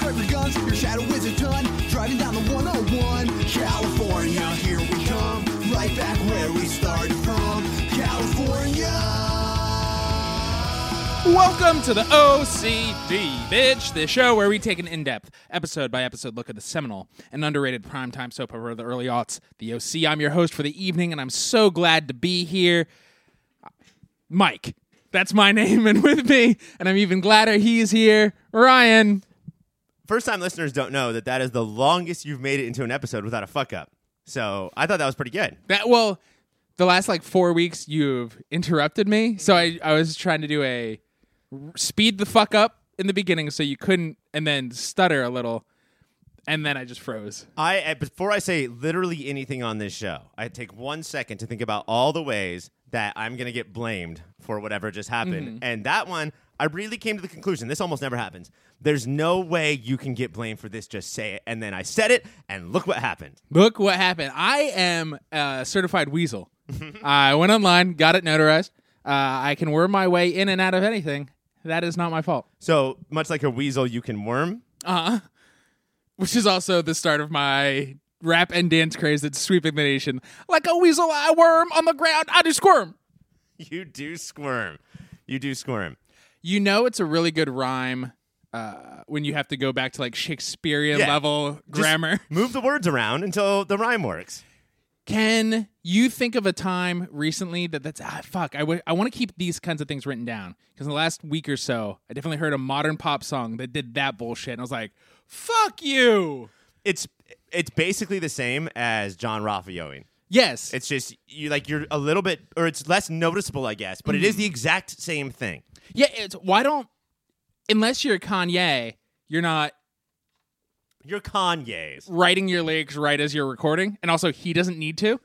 Your shadow is a ton, driving down the 101. California, here we come. Right back where we started from. California. Welcome to the OCD, bitch, the show where we take an in depth, episode by episode look at the seminal and underrated primetime soap opera of the early aughts, The OC. I'm your host for the evening, and I'm so glad to be here. Mike, that's my name, and with me, and I'm even gladder he's here, Ryan. First time listeners don't know that that is the longest you've made it into an episode without a fuck up. So I thought that was pretty good. That well, the last like four weeks you've interrupted me, so I I was trying to do a speed the fuck up in the beginning so you couldn't, and then stutter a little, and then I just froze. I uh, before I say literally anything on this show, I take one second to think about all the ways that I'm gonna get blamed for whatever just happened, and that one I really came to the conclusion. This almost never happens. There's no way you can get blamed for this. Just say it, and then I said it, and look what happened. Look what happened. I am a certified weasel. I went online, got it notarized. Uh, I can worm my way in and out of anything. That is not my fault. So much like a weasel, you can worm. which is also the start of my rap and dance craze that's sweeping the nation. Like a weasel, I worm on the ground, I do squirm. You do squirm. You do squirm. You know, it's a really good rhyme uh, when you have to go back to like Shakespearean Yeah. level Just grammar. move the words around until the rhyme works. Can you think of a time recently that that's ah fuck? I want to keep these kinds of things written down because in the last week or so, I definitely heard a modern pop song that did that bullshit, and I was like, "Fuck you!" It's it's basically the same as John Raffaioing. Yes, It's just you like you're a little bit, or it's less noticeable, I guess, but it is the exact same thing. yeah. It's why don't unless you're Kanye, you're not You're Kanye's. writing your lyrics right as you're recording, and also he doesn't need to.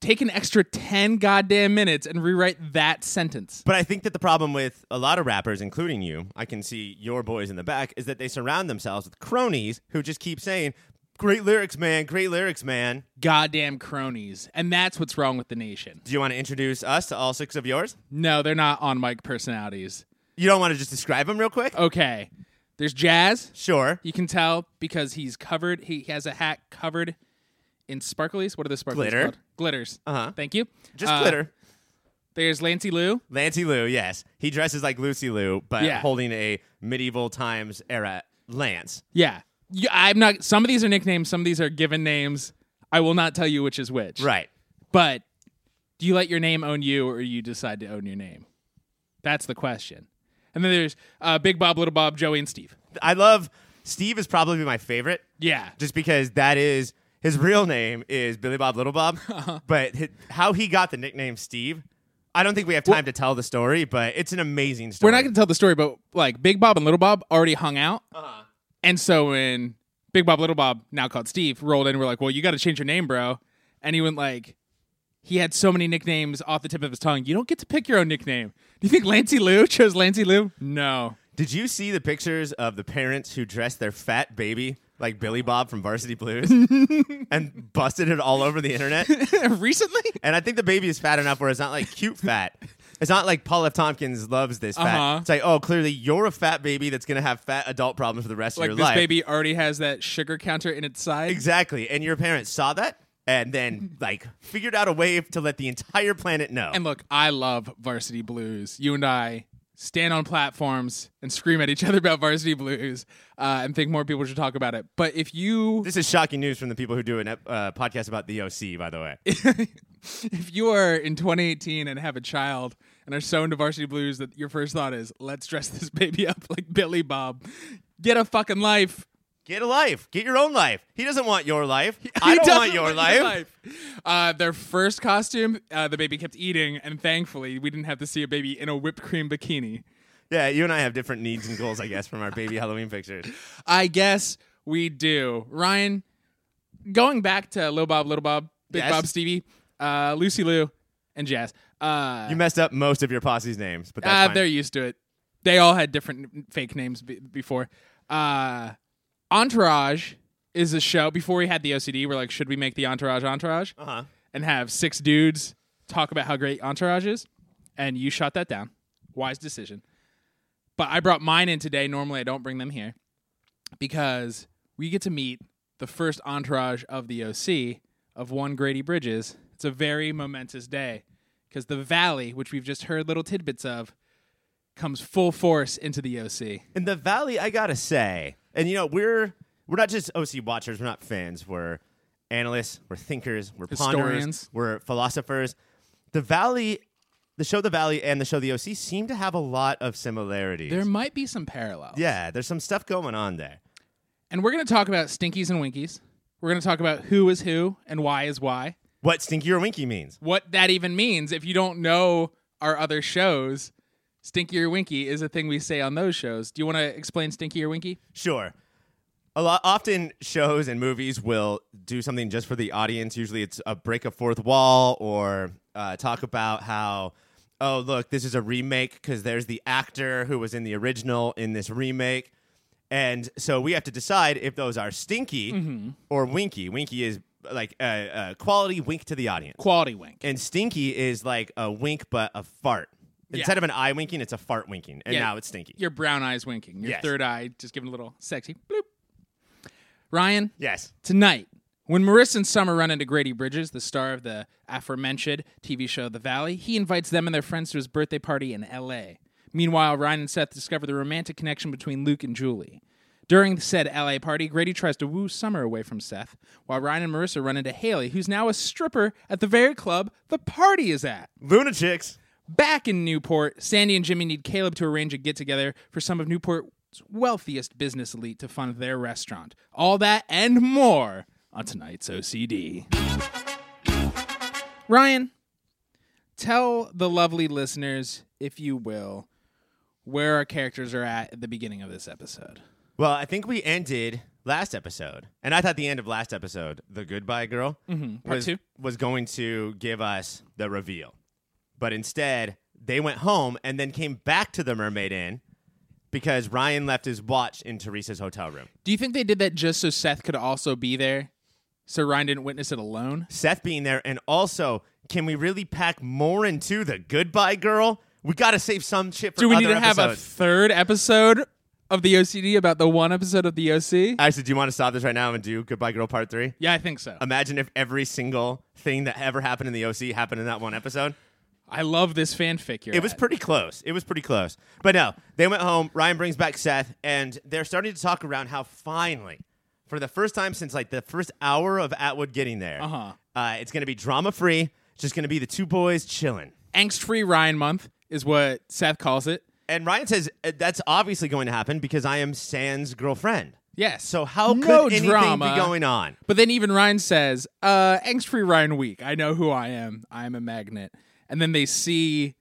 Take an extra ten goddamn minutes and rewrite that sentence. But I think that the problem with a lot of rappers, including you, I can see your boys in the back, is that they surround themselves with cronies who just keep saying, "Great lyrics, man. Great lyrics, man." Goddamn cronies, and that's what's wrong with the nation. Do you want to introduce us to all six of yours? No, they're not on mic personalities. You don't want to just describe them real quick? Oh. Okay. There's Jazz. Sure. You can tell because he's covered. He has a hat covered in sparklies. What are the sparklies Glitter. called? Glitters. Uh-huh. Thank you. Just Uh, glitter. There's Lancey Lou. Lancey Lou, yes. He dresses like Lucy Lou, but Yeah. holding a medieval times era lance. Yeah. You, I'm not. Some of these are nicknames. Some of these are given names. I will not tell you which is which. Right. But do you let your name own you, or you decide to own your name? That's the question. And then there's uh, Big Bob, Little Bob, Joey, and Steve. I love Steve is probably my favorite Yeah. just because that is his real name is Billy Bob Little Bob, but hi how he got the nickname Steve, I don't think we have time to tell the story, but it's an amazing story. We're not going to tell the story, but like Big Bob and Little Bob already hung out. And so when Big Bob, Little Bob, now called Steve, rolled in, we're like, well, you got to change your name, bro. And he went like, he had so many nicknames off the tip of his tongue. You don't get to pick your own nickname. Do you think Lancey Lou chose Lancey Lou? No. Did you see the pictures of the parents who dressed their fat baby like Billy Bob from Varsity Blues and busted it all over the internet? Recently? And I think the baby is fat enough where it's not like cute fat. It's not like Paul F. Tompkins loves this fat. Uh-huh. It's like, oh, clearly you're a fat baby that's gonna have fat adult problems for the rest Like of this your life. baby already has that sugar counter in its side. Exactly. And your parents saw that and then like figured out a way to let the entire planet know. And look, I love Varsity Blues. You and I stand on platforms and scream at each other about Varsity Blues uh, and think more people should talk about it. But if you this is shocking news from the people who do an ep- uh, podcast about the OC, by the way. if you are in 2018 and have a child and are so into varsity blues that your first thought is let's dress this baby up like billy bob get a fucking life Get a life. Get your own life. He doesn't want your life. He I don't doesn't want your life. Uh, their first costume uh, the baby kept eating and thankfully we didn't have to see a baby in a whipped cream bikini Yeah, you and I have different needs and goals, I guess, from our baby Halloween pictures. i guess we do ryan going back to little bob little bob big Yes. bob stevie uh, lucy lou and jazz uh, You messed up most of your posse's names, but that's Ah, fine. they're used to it. They all had different n- fake names b- before. Uh, Entourage is a show. Before we had the OCD, we're like, should we make the Entourage Entourage Uh-huh. and have six dudes talk about how great Entourage is? And you shot that down. Wise decision. But I brought mine in today. Normally, I don't bring them here. because we get to meet the first entourage of the OC of one Grady Bridges. It's a very momentous day because the Valley, which we've just heard little tidbits of, comes full force into the OC. In the Valley, I gotta say, and you know, we're we're not just OC watchers, we're not fans, we're analysts, we're thinkers, we're Historians. ponderers, we're philosophers. The Valley, the show The Valley and the show The OC seem to have a lot of similarities. There might be some parallels. yeah, there's some stuff going on there. And we're going to talk about stinkies and winkies. We're going to talk about who is who and why is why. What stinky or winky means. What that even means if you don't know our other shows. Stinky or Winky is a thing we say on those shows. Do you want to explain Stinky or Winky? Sure. A lot often shows and movies will do something just for the audience. Usually it's a break a fourth wall or uh, talk about how, oh, look, this is a remake because there's the actor who was in the original in this remake. And so we have to decide if those are stinky Mm-hmm. or winky. Winky is like a, a quality wink to the audience. Quality wink. And stinky is like a wink, but a fart. Yeah. Instead of an eye winking, it's a fart winking. And Yeah. now it's stinky. Your brown eyes winking. Your Yes. third eye just giving a little sexy bloop. Ryan, Yes. tonight, when Marissa and Summer run into Grady Bridges, the star of the aforementioned TV show The Valley, he invites them and their friends to his birthday party in LA. Meanwhile, Ryan and Seth discover the romantic connection between Luke and Julie. During the said LA party, Grady tries to woo Summer away from Seth, while Ryan and Marissa run into Haley, who's now a stripper at the very club the party is at. Lunatics. Back in Newport, Sandy and Jimmy need Caleb to arrange a get together for some of Newport's wealthiest business elite to fund their restaurant. All that and more on tonight's OCD. Ryan, tell the lovely listeners, if you will, where our characters are at at the beginning of this episode. Well, I think we ended last episode, and I thought the end of last episode, the goodbye girl, was, Mm-hmm. two. was going to give us the reveal, but instead they went home and then came back to the Mermaid Inn because Ryan left his watch in Teresa's hotel room. Do you think they did that just so Seth could also be there? So Ryan didn't witness it alone? Seth being there, and also, can we really pack more into the goodbye girl? We got to save some shit for Do we other need to have a episodes. third episode of the OCD about the one episode of the OC? Actually, do you want to stop this right now and do goodbye girl part three? Yeah, I think so. Imagine if every single thing that ever happened in the OC happened in that one episode. I love this fanfic. You're It was at. pretty close. It was pretty close. But no, they went home. Ryan brings back Seth, and they're starting to talk around how finally, for the first time since like the first hour of Atwood getting there, Uh-huh. uh, it's going to be drama free. It's just going to be the two boys chilling. angst-free Ryan month is what Seth calls it. And Ryan says "Uh, that's obviously going to happen because I am Sans girlfriend. Yes. So how no could anything drama. be going on? But then even Ryan says, uh, angst-free Ryan week. I know who I am. I am a magnet. And then they see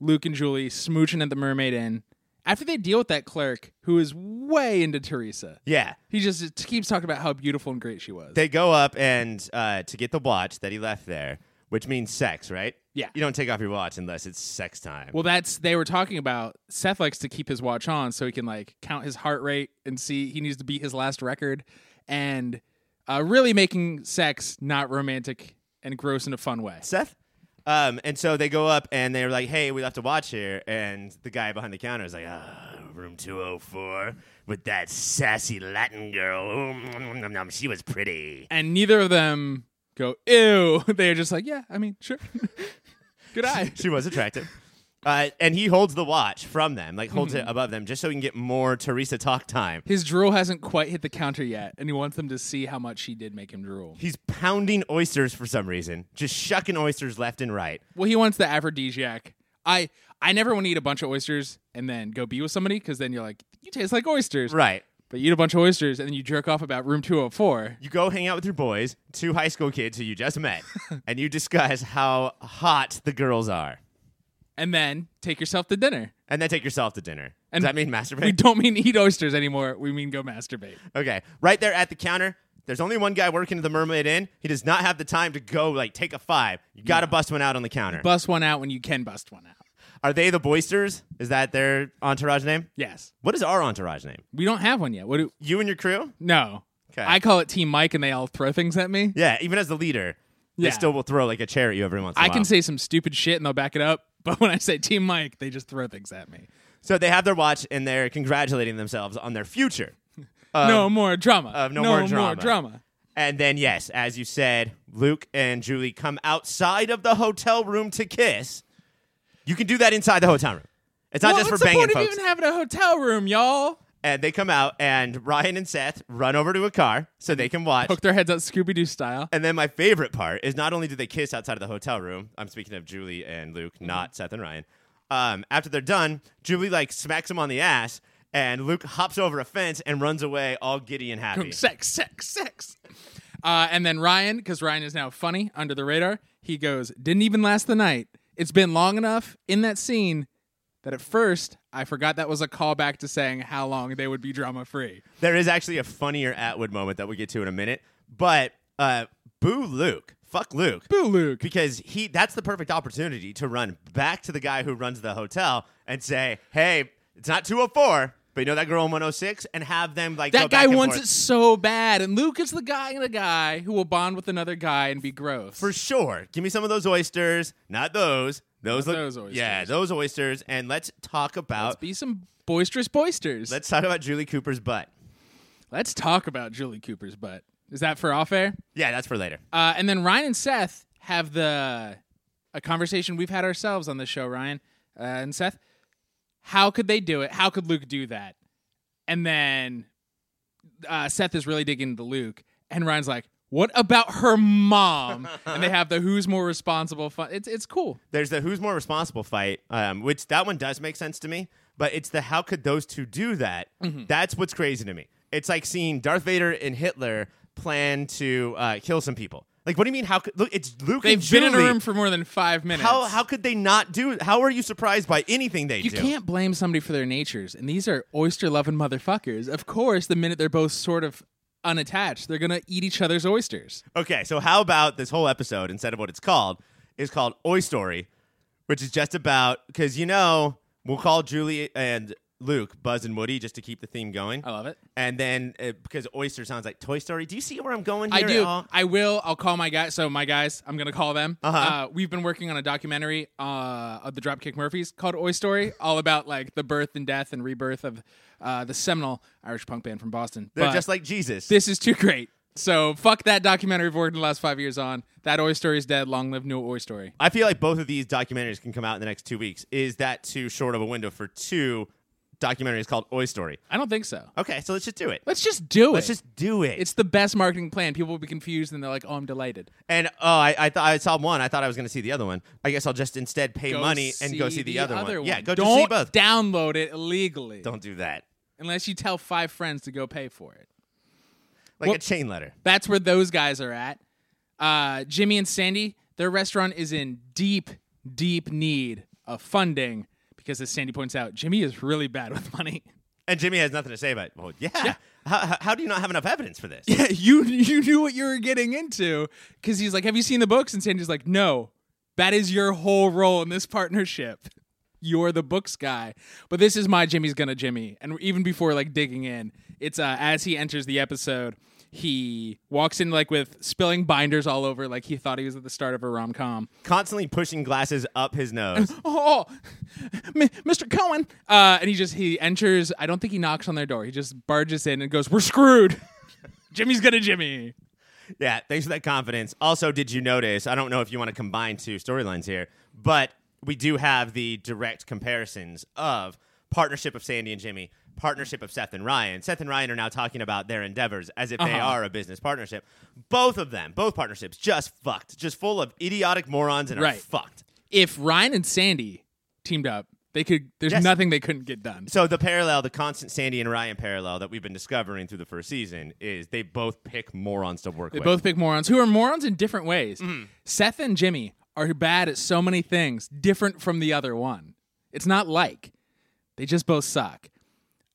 Luke and Julie smooching at the Mermaid Inn after they deal with that clerk who is way into Teresa. Yeah. He just keeps talking about how beautiful and great she was. They go up and uh, to get the watch that he left there, which means sex, right? Yeah. You don't take off your watch unless it's sex time. Well, that's they were talking about. Seth likes to keep his watch on so he can like count his heart rate and see he needs to beat his last record, and uh, really making sex not romantic and gross in a fun way. Seth. Um, and so they go up and they're like, hey, we left a watch here. And the guy behind the counter is like, ah, room 204 with that sassy Latin girl. Ooh, nom, nom, nom, she was pretty. And neither of them go ew. They're just like, yeah, I mean, sure, good eye. She was attractive. Uh, and he holds the watch from them, like holds it above them, just so he can get more Teresa talk time. His drool hasn't quite hit the counter yet, and he wants them to see how much she did make him drool. He's pounding oysters for some reason, just shucking oysters left and right. Well, he wants the aphrodisiac. I I never want to eat a bunch of oysters and then go be with somebody because then you're like, you taste like oysters, Right. But you eat a bunch of oysters and then you jerk off about room 204. You go hang out with your boys, two high school kids who you just met, and you discuss how hot the girls are. And then take yourself to dinner. and then take yourself to dinner. And Does that mean We masturbate? don't mean eat oysters anymore. We mean go masturbate. Okay, right there at the counter. There's only one guy working at the Mermaid Inn. He does not have the time to go like take a five. You got to bust one out on the counter. Bust one out when you can bust one out. Are they the Boisters? Is that their entourage name? Yes. What is our entourage name? We don't have one yet. What do You and your crew? No. 'Kay. I call it Team Mike and they all throw things at me. Yeah, even as the leader, Yeah. they still will throw like a chair at you every once in a I while. can say some stupid shit and they'll back it up, but when I say Team Mike, they just throw things at me. so they have their watch and they're congratulating themselves on their future. no more drama. of Um, uh, no no more more drama. drama. And then, yes, as you said, Luke and Julie come outside of the hotel room to kiss. You can do that inside the hotel room. It's not Well, just for what's banging the point folks. of even having a hotel room, y'all? and they come out, and Ryan and Seth run over to a car so they can watch. Hook their heads up Scooby Doo style. And then my favorite part is not only do they kiss outside of the hotel room. I'm speaking of Julie and Luke, Mm-hmm. not Seth and Ryan. Um, after they're done, Julie like smacks him on the ass, and Luke hops over a fence and runs away, all giddy and happy. Sex, sex, sex. Uh, and then Ryan, because Ryan is now funny under the radar, he goes, Didn't even last the night. It's been long enough in that scene that at first I forgot that was a callback to saying how long they would be drama free. There is actually a funnier Atwood moment that we'll get to in a minute, but uh, boo Luke, fuck Luke, Boo, Luke. because he that's the perfect opportunity to run back to the guy who runs the hotel and say, "Hey, it's not 204, but you know that girl in 106," and have them like go That guy back and wants forth. it so bad, and Luke is the guy and a guy who will bond with another guy and be gross. for sure. Give me some of those oysters, not those. Those look, those oysters. yeah, those oysters, and let's talk Let's about be some boisterous boisters. Let's, let's talk about Julie Cooper's butt. talk about Julie Cooper's butt. Is that for off air? Yeah, that's for later. Uh, and then Ryan and Seth have the a conversation we've had ourselves on the show, Ryan uh, and Seth. How could they do it? How could Luke do that? And then uh, Seth is really digging into Luke, and Ryan's like, "What about her mom?" and they have the "Who's more responsible?" Fun. It's it's cool. There's the who's more responsible fight, um, which that one does make sense to me, but it's the how could those two do that? Mm-hmm. That's what's crazy to me. It's like seeing Darth Vader and Hitler plan to uh, kill some people. Like, what do you mean? How could look? It's Luke They've and Julie. been in a room for more than five minutes. how how could they not do? How are you surprised by anything they You do? can't blame somebody for their natures, and these are oyster loving motherfuckers. Of course, the minute they're both sort of unattached, they're gonna eat each other's oysters. Okay, so how about this whole episode instead of what it's called is called Oi Story, which is just about because you know we'll call Julie and Luke Buzz and Woody just to keep the theme going. I love it. And then uh, because oyster sounds like Toy Story, do you see where I'm going I here? At do. all? I will. I'll call my guys. So my guys, I'm gonna call them. Uh-huh. Uh, we have been working on a documentary uh, of the Dropkick Murphys called "Oi Story," all about like the birth and death and rebirth of uh, the seminal Irish punk band from Boston. They're But just like Jesus. this is too great. So fuck that documentary we've worked in the last five years on. That Oi Story is dead. Long live new Oi Story. I feel like both of these documentaries can come out in the next two weeks. Is that too short of a window for two documentaries called Oi Story? I don't think so. Okay, so let's just do it. Let's just do it. Let's just do it. It's the best marketing plan. People will be confused and they're like, "Oh, I'm delighted." And oh, I, I thought I saw one. I thought I was going to see the other one. I guess I'll just instead pay Go money and go see the, other, one. Yeah, go Don't just see both. download it illegally Don't do that. unless you tell five friends to go pay for it. Like Well- a chain letter. That's where those guys are at. Uh, Jimmy and Sandy, their restaurant is in deep, deep need of funding because, as Sandy points out, Jimmy is really bad with money. And Jimmy has nothing to say about. it. Well, yeah. How, how, how do you not have enough evidence for this? Yeah, you you knew what you were getting into because he's like, "Have you seen the books?" And Sandy's like, "No, that is your whole role in this partnership. You're the books guy, but this is my Jimmy's gonna Jimmy." And even before like digging in, it's uh, as he enters the episode, he walks in like with spilling binders all over, like he thought he was at the start of a rom com. Constantly pushing glasses up his nose. Oh, M- Mr. Cohen, uh, and he just he enters. I don't think he knocks on their door. He just barges in and goes, "We're screwed." Jimmy's gonna Jimmy. Yeah, thanks for that confidence. Also, did you notice? I don't know if you want to combine two storylines here, but we do have the direct comparisons of partnership of Sandy and Jimmy, partnership of Seth and Ryan. Seth and Ryan are now talking about their endeavors as if they Uh-huh. are a business partnership. Both of them, both partnerships, just fucked, just full of idiotic morons and are Right. fucked. if Ryan and Sandy teamed up, they could. There's Yes. nothing they couldn't get done. So the parallel, the constant Sandy and Ryan parallel that we've been discovering through the first season is they both pick morons to work They with. both pick morons who are morons in different ways. Seth and Jimmy are bad at so many things different from the other one. It's not like they just both suck.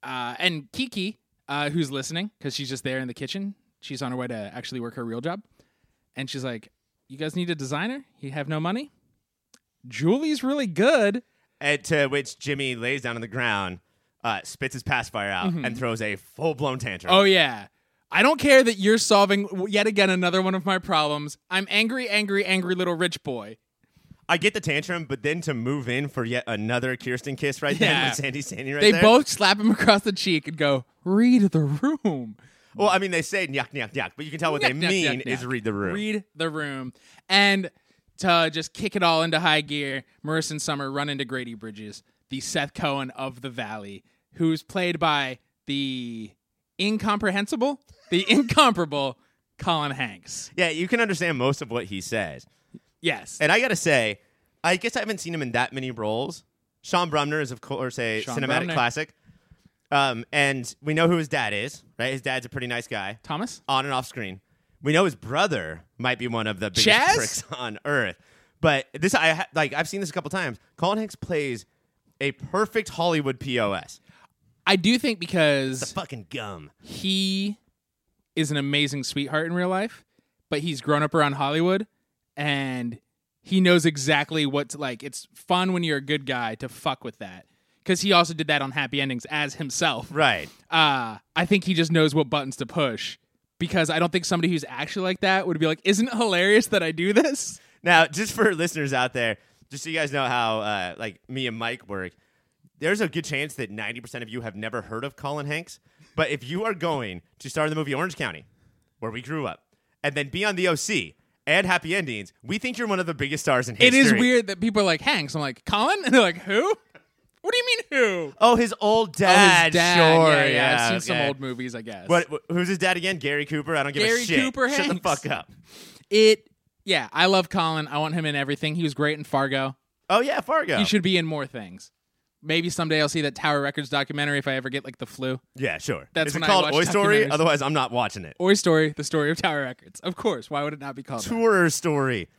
Uh, and Kiki, uh, who's listening because she's just there in the kitchen, she's on her way to actually work her real job, and she's like, "You guys need a designer? You have no money." Julie's really good. At, to which Jimmy lays down on the ground, uh, spits his pacifier out, and throws a full blown tantrum. Mm-hmm. Oh yeah. I don't care that you're solving w- yet again another one of my problems. I'm angry, angry, angry little rich boy. I get the tantrum, but then to move in for yet another Kirsten kiss right there Yeah. with Sandy Sandy right They there. both slap him across the cheek and go, "Read the room." Well, I mean, they say nyak nyak nyak, but you can tell what they Yuck, yuck, mean yuck, is yuck. read the room. Read the room. And to just kick it all into high gear, Marissa and Summer run into Grady Bridges, the Seth Cohen of the Valley, who's played by the incomprehensible, the incomparable Colin Hanks. yeah, you can understand most of what he says. Yes. And I gotta say, I guess I haven't seen him in that many roles. Sean Brumner is of course a Sean cinematic Brumner. classic, um, and we know who his dad is. Right, his dad's a pretty nice guy. Thomas? on and off screen. We know his brother might be one of the biggest Chaz? pricks on earth. But this, I ha- like. I've seen this a couple times. Colin Hanks plays a perfect Hollywood pos. I do think because Fucking gum. he is an amazing sweetheart in real life, but he's grown up around Hollywood and he knows exactly what's like. It's fun when you're a good guy to fuck with that because he also did that on Happy Endings as himself. Right. Uh, I think he just knows what buttons to push because I don't think somebody who's actually like that would be like, isn't it hilarious that I do this? Now, just for listeners out there, just so you guys know how uh, like me and Mike work, there's a good chance that 90% of you have never heard of Colin Hanks. But if you are going to star in the movie Orange County, where we grew up, and then be on the OC and Happy Endings, we think you're one of the biggest stars in It history. is weird that people are like, Hanks. I'm like, Colin? And they're like, who? What do you mean who? Oh, his old Oh, dad. his dad. Sure. Yeah, yeah. I've seen some okay. old movies, I guess. What, wh- who's his dad again? Gary Cooper. I don't give Gary a shit. Cooper Shut the Hanks. fuck up. it yeah i love colin i want him in everything he was great in fargo Oh yeah, Fargo. he should be in more things maybe someday i'll see that tower records documentary if i ever get like the flu yeah, sure. That's is it when I called watch Oi Story? documentaries. Otherwise, I'm not watching it. or story the story of tower records of course why would it not be called that? Tourer Story.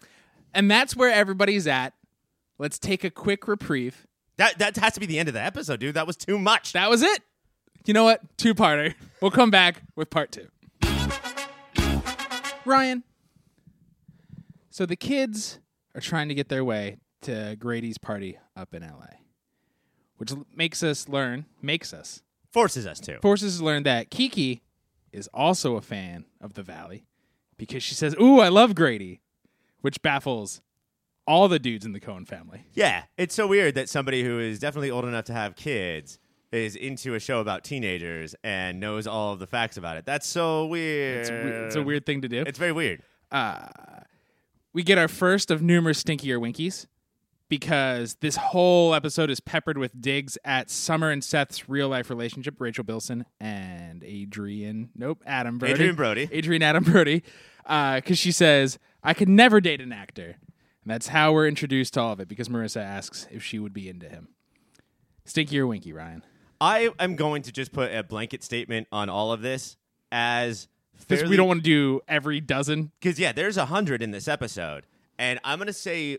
and that's where everybody's at let's take a quick reprieve That that has to be the end of the episode, dude. That was too much. that was it you know what two-parter we'll come back with part two ryan so the kids are trying to get their way to grady's party up in la which l- makes us learn makes us Forces us to. forces to learn that Kiki is also a fan of the Valley because she says, "Ooh, I love Grady," which baffles all the dudes in the Cohen family. Yeah, it's so weird that somebody who is definitely old enough to have kids is into a show about teenagers and knows all of the facts about it. That's so weird. It's, we- Uh, it's a weird thing to do. It's very weird. We get our first of numerous stinkier winkies because this whole episode is peppered with digs at Summer and Seth's real life relationship, Rachel Bilson and Adrian. Nope, Adam Brody. Adrian Brody. Adrian Adam Brody, because she says, "I could never date an actor," and that's how we're introduced to all of it. Because Marissa asks if she would be into him. Stinky or winky, Ryan? I am going to just put a blanket statement on all of this as Because we don't want to do every dozen. because yeah, there's a hundred in this episode, and I'm gonna say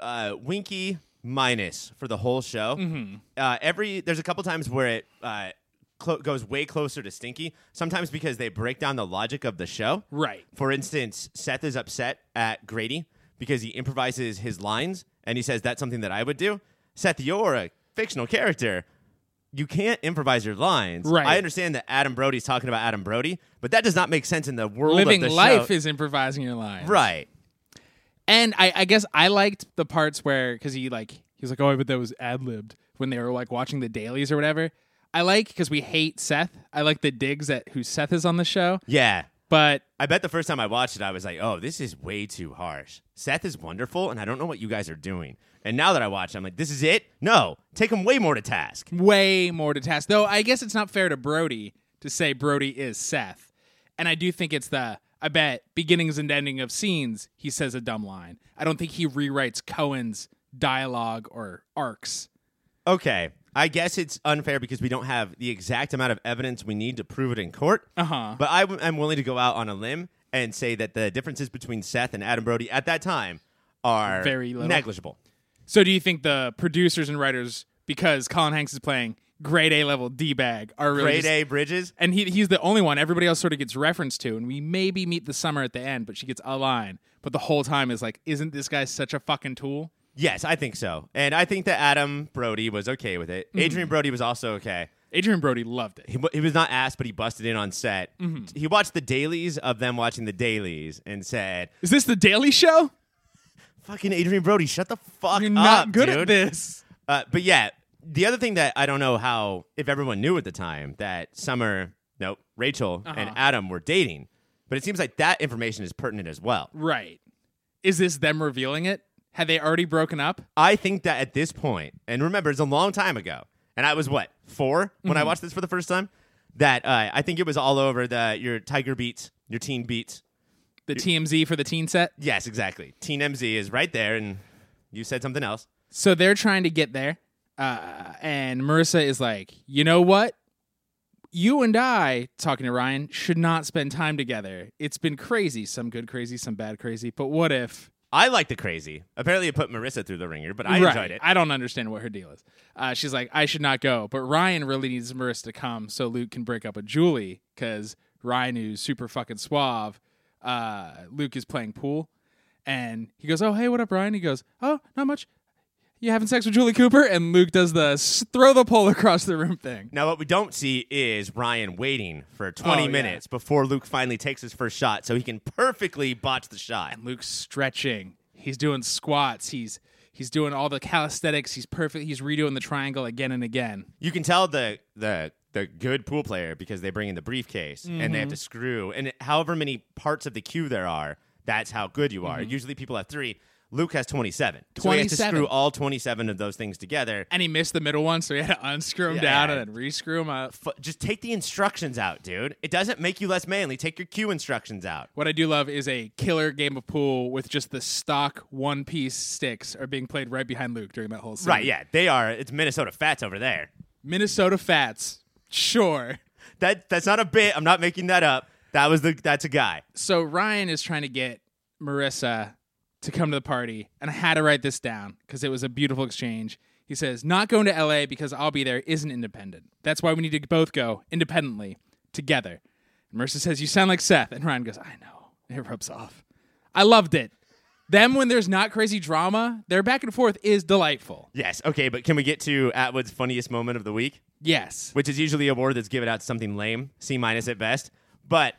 uh, Winky minus for the whole show. Mm-hmm. Uh, every there's a couple times where it uh, clo- goes way closer to Stinky. Sometimes because they break down the logic of the show. Right. For instance, Seth is upset at Grady because he improvises his lines and he says that's something that I would do. Seth, you're a fictional character. You can't improvise your lines. Right. I understand that Adam Brody's talking about Adam Brody, but that does not make sense in the world Living of the life show. is improvising your lines. right. And I, I guess I liked the parts where because he like he was like, oh, but that was ad libbed when they were like watching the dailies or whatever. I like because we hate Seth. I like the digs at who Seth is on the show, Yeah. but I bet the first time I watched it, I was like, oh, this is way too harsh. Seth is wonderful, and I don't know what you guys are doing. And now that I watch it, I'm like, this is it? No, take him way more to task. way more to task. Though I guess it's not fair to Brody to say Brody is Seth. And I do think it's the I bet beginnings and ending of scenes he says a dumb line. I don't think he rewrites Cohen's dialogue or arcs. Okay. I guess it's unfair because we don't have the exact amount of evidence we need to prove it in court. Uh-huh. But I w- I'm willing to go out on a limb and say that the differences between Seth and Adam Brody at that time are Very little. negligible. So do you think the producers and writers, because Colin Hanks is playing grade A level D bag, are really Grade just- A Bridges? and he he's the only one. Everybody else sort of gets referenced to, and we maybe meet the summer at the end, but she gets a line. But the whole time is like, isn't this guy such a fucking tool? Yes, I think so. And I think that Adam Brody was okay with Mm-hmm. it. Adrian Brody was also okay. Adrian Brody loved it. he, wa- he was not asked, but he busted in on set. Mm-hmm. He watched the dailies of them watching the dailies and said, Is this the Daily Show? Fucking Adrian Brody, shut the fuck You're up, not good dude. at this. Uh, but yeah, the other thing that I don't know how if everyone knew at the time that Summer, no, Rachel and Uh-huh. Adam were dating, but it seems like that information is pertinent as well. Right. Is this them revealing it? Had they already broken up? I think that at this point, and remember, it's a long time ago, and I was what 4 when Mm-hmm. I watched this for the first time. That uh, I think it was all over the your Tiger Beats, your Teen Beats. The TMZ for the teen set? Yes, exactly. Teen MZ is right there, and you said something else. So they're trying to get there. Uh, and Marissa is like, you know what? You and I, talking to Ryan, should not spend time together. It's been crazy. Some good crazy, some bad crazy. But what if I like the crazy. Apparently, it put Marissa through the ringer, but I Right. enjoyed it. I don't understand what her deal is. Uh, she's like, I should not go, but Ryan really needs Marissa to come so Luke can break up with Julie because Ryan, who's super fucking suave, uh, Luke is playing pool, and he goes, "Oh hey, what up, Ryan?" He goes, "Oh, not much. You having sex with Julie Cooper?" And Luke does the s- throw the pole across the room thing. Now, what we don't see is Ryan waiting for 20 Oh, yeah. minutes before Luke finally takes his first shot so he can perfectly botch the shot. Luke's stretching. He's doing squats. He's he's doing all the calisthenics. He's perfect. He's redoing the triangle again and again. You can tell the, the, the good pool player because they bring in the briefcase and they Mm-hmm. have to screw. And however many parts of the cue there are, that's how good you are. Mm-hmm. Usually people have three. Luke has 27. So he has to 27. screw all 27 of those things together. And he missed the middle one, so he had to unscrew him Yeah. down and then rescrew him up. F- just take the instructions out, dude. It doesn't make you less manly. Take your cue instructions out. What I do love is a killer game of pool with just the stock one piece sticks are being played right behind Luke during that whole scene. Right, yeah. They are. It's Minnesota Fats over there. Minnesota Fats. Sure. That that's not a bit. I'm not making that up. That was the that's a guy. So Ryan is trying to get Marissa to come to the party, and I had to write this down because it was a beautiful exchange. He says, "Not going to LA because I'll be there isn't independent. That's why we need to both go independently together." And Marissa says, "You sound like Seth," and Ryan goes, "I know." It rubs off. I loved it. Them when there's not crazy drama, their back and forth is delightful. Yes. Okay, but can we get to Atwood's funniest moment of the week, Yes. which is usually a award that's given out to something lame, C minus at best. But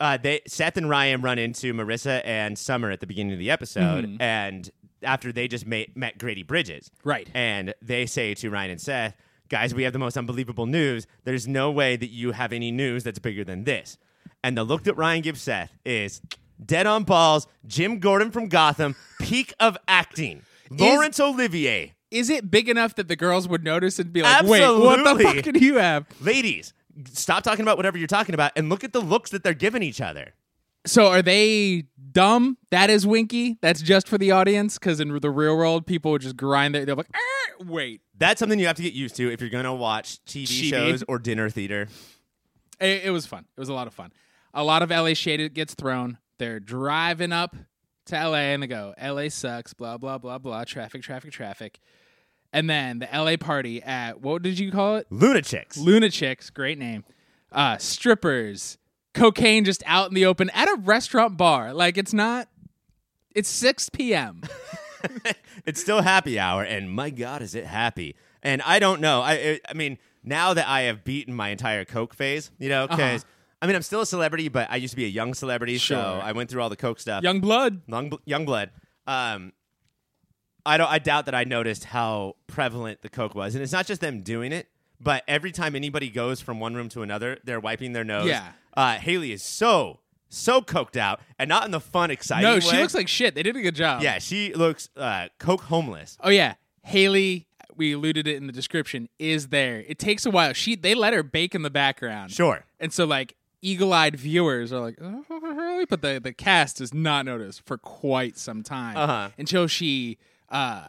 uh, they Seth and Ryan run into Marissa and Summer at the beginning of the episode, Mm-hmm. and after they just made, met Grady Bridges, Right. And they say to Ryan and Seth, "Guys, we have the most unbelievable news. There's no way that you have any news that's bigger than this." And the look that Ryan gives Seth is dead on balls. Jim Gordon from Gotham, peak of acting. Laurence Olivier, Is it big enough that the girls would notice and be like, "Wait, what the Absolutely. fuck did you have?" ladies, stop talking about whatever you're talking about and look at the looks that they're giving each other. So are they dumb? That is Winky. That's just for the audience because in the real world, people would just grind their. They're like, "Er, wait. That's something you have to get used to if you're going to watch TV, TV. shows or dinner theater. It, it was fun. It was a lot of fun. A lot of LA shade gets thrown. They're driving up to LA and they go, LA sucks. Blah blah blah blah. Traffic, traffic, traffic. And then the LA party at what did you call it? Lunatics. Lunatics, great name. Uh, strippers, cocaine just out in the open at a restaurant bar. Like it's not. It's six p.m. it's still happy hour, and my God, is it happy? And I don't know. I I- I mean, now that I have beaten my entire Coke phase, you know, because I mean, I'm still a celebrity, but I used to be a young celebrity, Sure. so I went through all the Coke stuff. Young blood. Long, young blood. Um, I don't. I doubt that I noticed how prevalent the Coke was, and it's not just them doing it, but every time anybody goes from one room to another, they're wiping their nose. Yeah. Uh, Haley is so so coked out, and not in the fun, exciting. No, she way. looks like shit. They did a good job. Yeah, she looks uh, coke homeless. Oh yeah, Haley. We alluded it in the description. Is there? It takes a while. She they let her bake in the background. Sure. And so like eagle-eyed viewers are like, oh, really? but the the cast does not notice for quite some time Uh-huh. until she uh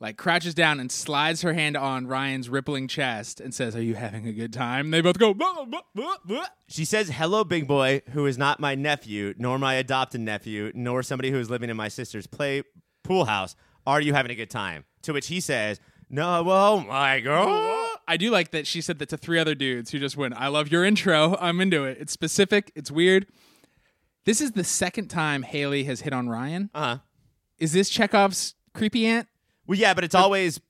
like crouches down and slides her hand on Ryan's rippling chest and says, "Are you having a good time?" And they both go, "Blah, blah, blah, blah." She says, "Hello, big boy, who is not my nephew, nor my adopted nephew, nor somebody who is living in my sister's play pool house. Are you having a good time?" To which he says, "No, oh my god." I do like that she said that to three other dudes who just went, I love your intro. I'm into it. It's specific, it's weird. This is the second time Haley has hit on Ryan. Uh huh. Is this Chekhov's creepy aunt? Well, yeah, but it's always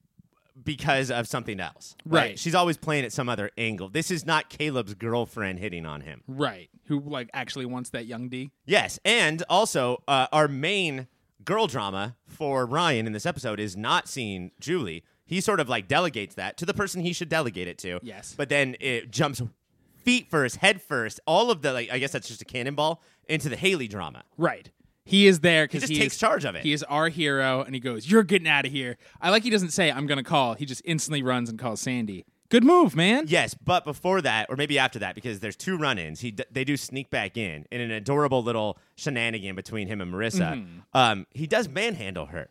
because of something else, Right. She's always playing at some other angle. This is not Caleb's girlfriend hitting on him. Right. Who like actually wants that young D. Yes, and also uh, our main girl drama for Ryan in this episode is not seeing Julie. He sort of like delegates that to the person he should delegate it to. Yes. But then it jumps feet first, head first, all of the like I guess that's just a cannonball into the Haley drama. Right. He is there because just takes charge of it. He is our hero, and he goes, "You're getting out of here." I like he doesn't say, "I'm going to call." He just instantly runs and calls Sandy. Good move, man. Yes, but before that, or maybe after that, because there's two run-ins. He d- they do sneak back in in an adorable little shenanigan between him and Marissa. Mm-hmm. Um, he does manhandle her.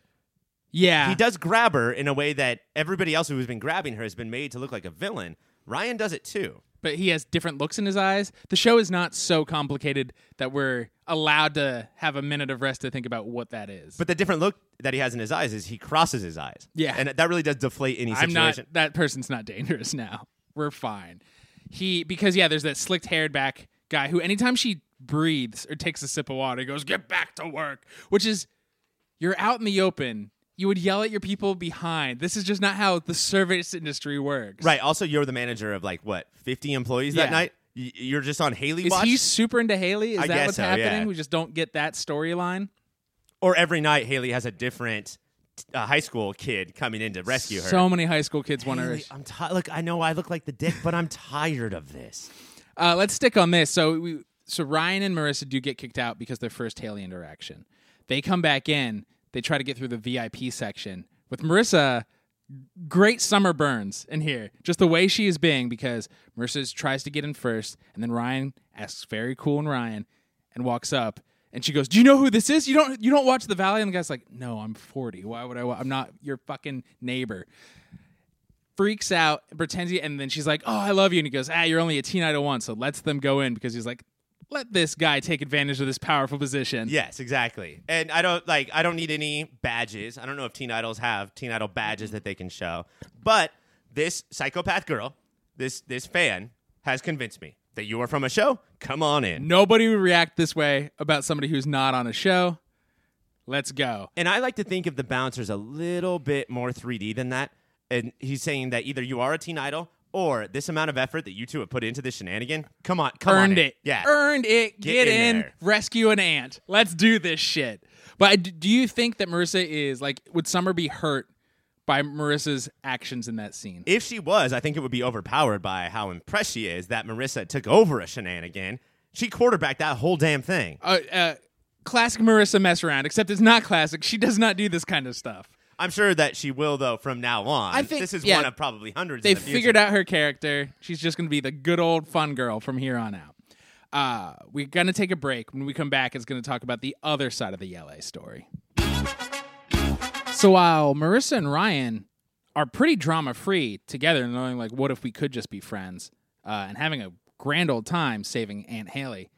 Yeah. He does grab her in a way that everybody else who has been grabbing her has been made to look like a villain. Ryan does it too. but he has different looks in his eyes. The show is not so complicated that we're allowed to have a minute of rest to think about what that is. But the different look that he has in his eyes is he crosses his eyes. Yeah. and that really does deflate any I'm situation. not that person's not dangerous now. We're fine. He because yeah, there's that slicked haired back guy who anytime she breathes or takes a sip of water, he goes, Get back to work which is you're out in the open. You would yell at your people behind. This is just not how the service industry works. right. Also, you're the manager of like what 50 employees Yeah. that night. Y- You're just on Haley Is watch, he super into Haley? Is I that guess what's so, happening? yeah. We just don't get that storyline. or every night Haley has a different uh, high school kid coming in to rescue her. So many high school kids want to. Haley, I'm ti Look, I know I look like the dick, but I'm tired of this. Uh, let's stick on this. So we, so Ryan and Marissa do get kicked out because their first Haley interaction. They come back in. They try to get through the VIP section with Marissa. Great summer burns in here. Just the way she is being because Marissa tries to get in first, and then Ryan asks very cool and Ryan and walks up. And she goes, "Do you know who this is? You don't. You don't watch the Valley." And the guy's like, "No, I'm 40. Why would I? Wa- I'm not your fucking neighbor." freaks out, pretends he, and then she's like, "Oh, I love you," and he goes, "Ah, you're only a teen idol one," so lets them go in because he's like, "Let this guy take advantage of this powerful position." Yes, exactly. And I don't like I don't need any badges. I don't know if teen idols have teen idol badges that they can show. But this psychopath girl, this this fan has convinced me that you are from a show. Come on in. Nobody would react this way about somebody who's not on a show. Let's go. And I like to think of the bouncers a little bit more 3D than that. And he's saying that either you are a teen idol or this amount of effort that you two have put into this shenanigan. Come on, come on. Earned in. it. Yeah. Earned it. Get, Get in, in there. rescue an ant. Let's do this shit. But I- do you think that Marissa is like would Summer be hurt by Marissa's actions in that scene? if she was, I think it would be overpowered by how impressed she is that Marissa took over a shenanigan. She quarterbacked that whole damn thing. uh, uh, classic Marissa mess around, except it's not classic. She does not do this kind of stuff. I'm sure that she will, though, from now on. I think- this is yeah, one of probably hundreds. they in the future. figured out her character. She's just going to be the good old fun girl from here on out. Uh, we're going to take a break. When we come back, it's going to talk about the other side of the LA story. So while Marissa and Ryan are pretty drama free together, and knowing like, what if we could just be friends uh, and having a grand old time saving Aunt Haley,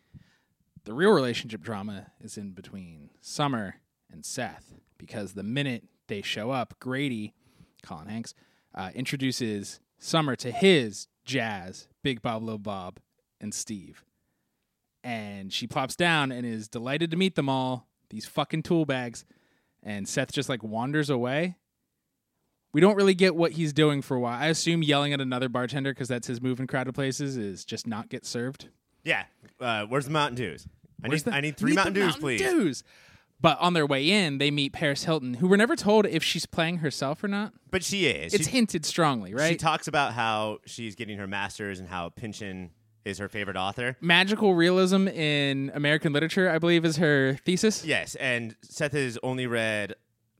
the real relationship drama is in between Summer and Seth because the minute they show up, Grady, Colin Hanks, uh, introduces Summer to his Jazz, Big Bob, Little Bob, and Steve. And she plops down and is delighted to meet them all, these fucking tool bags. And Seth just like wanders away. We don't really get what he's doing for a while. I assume yelling at another bartender because that's his move in crowded places is just not get served. Yeah. Uh, where's the Mountain Dews? I need, Where's the- I need three the Mountain Dews, please. Dews. But on their way in, they meet Paris Hilton, who we're never told if she's playing herself or not. But she is. It's she, hinted strongly, right? she talks about how she's getting her master's and how Pynchon is her favorite author. Magical realism in American literature, I believe, is her thesis. Yes, and Seth has only read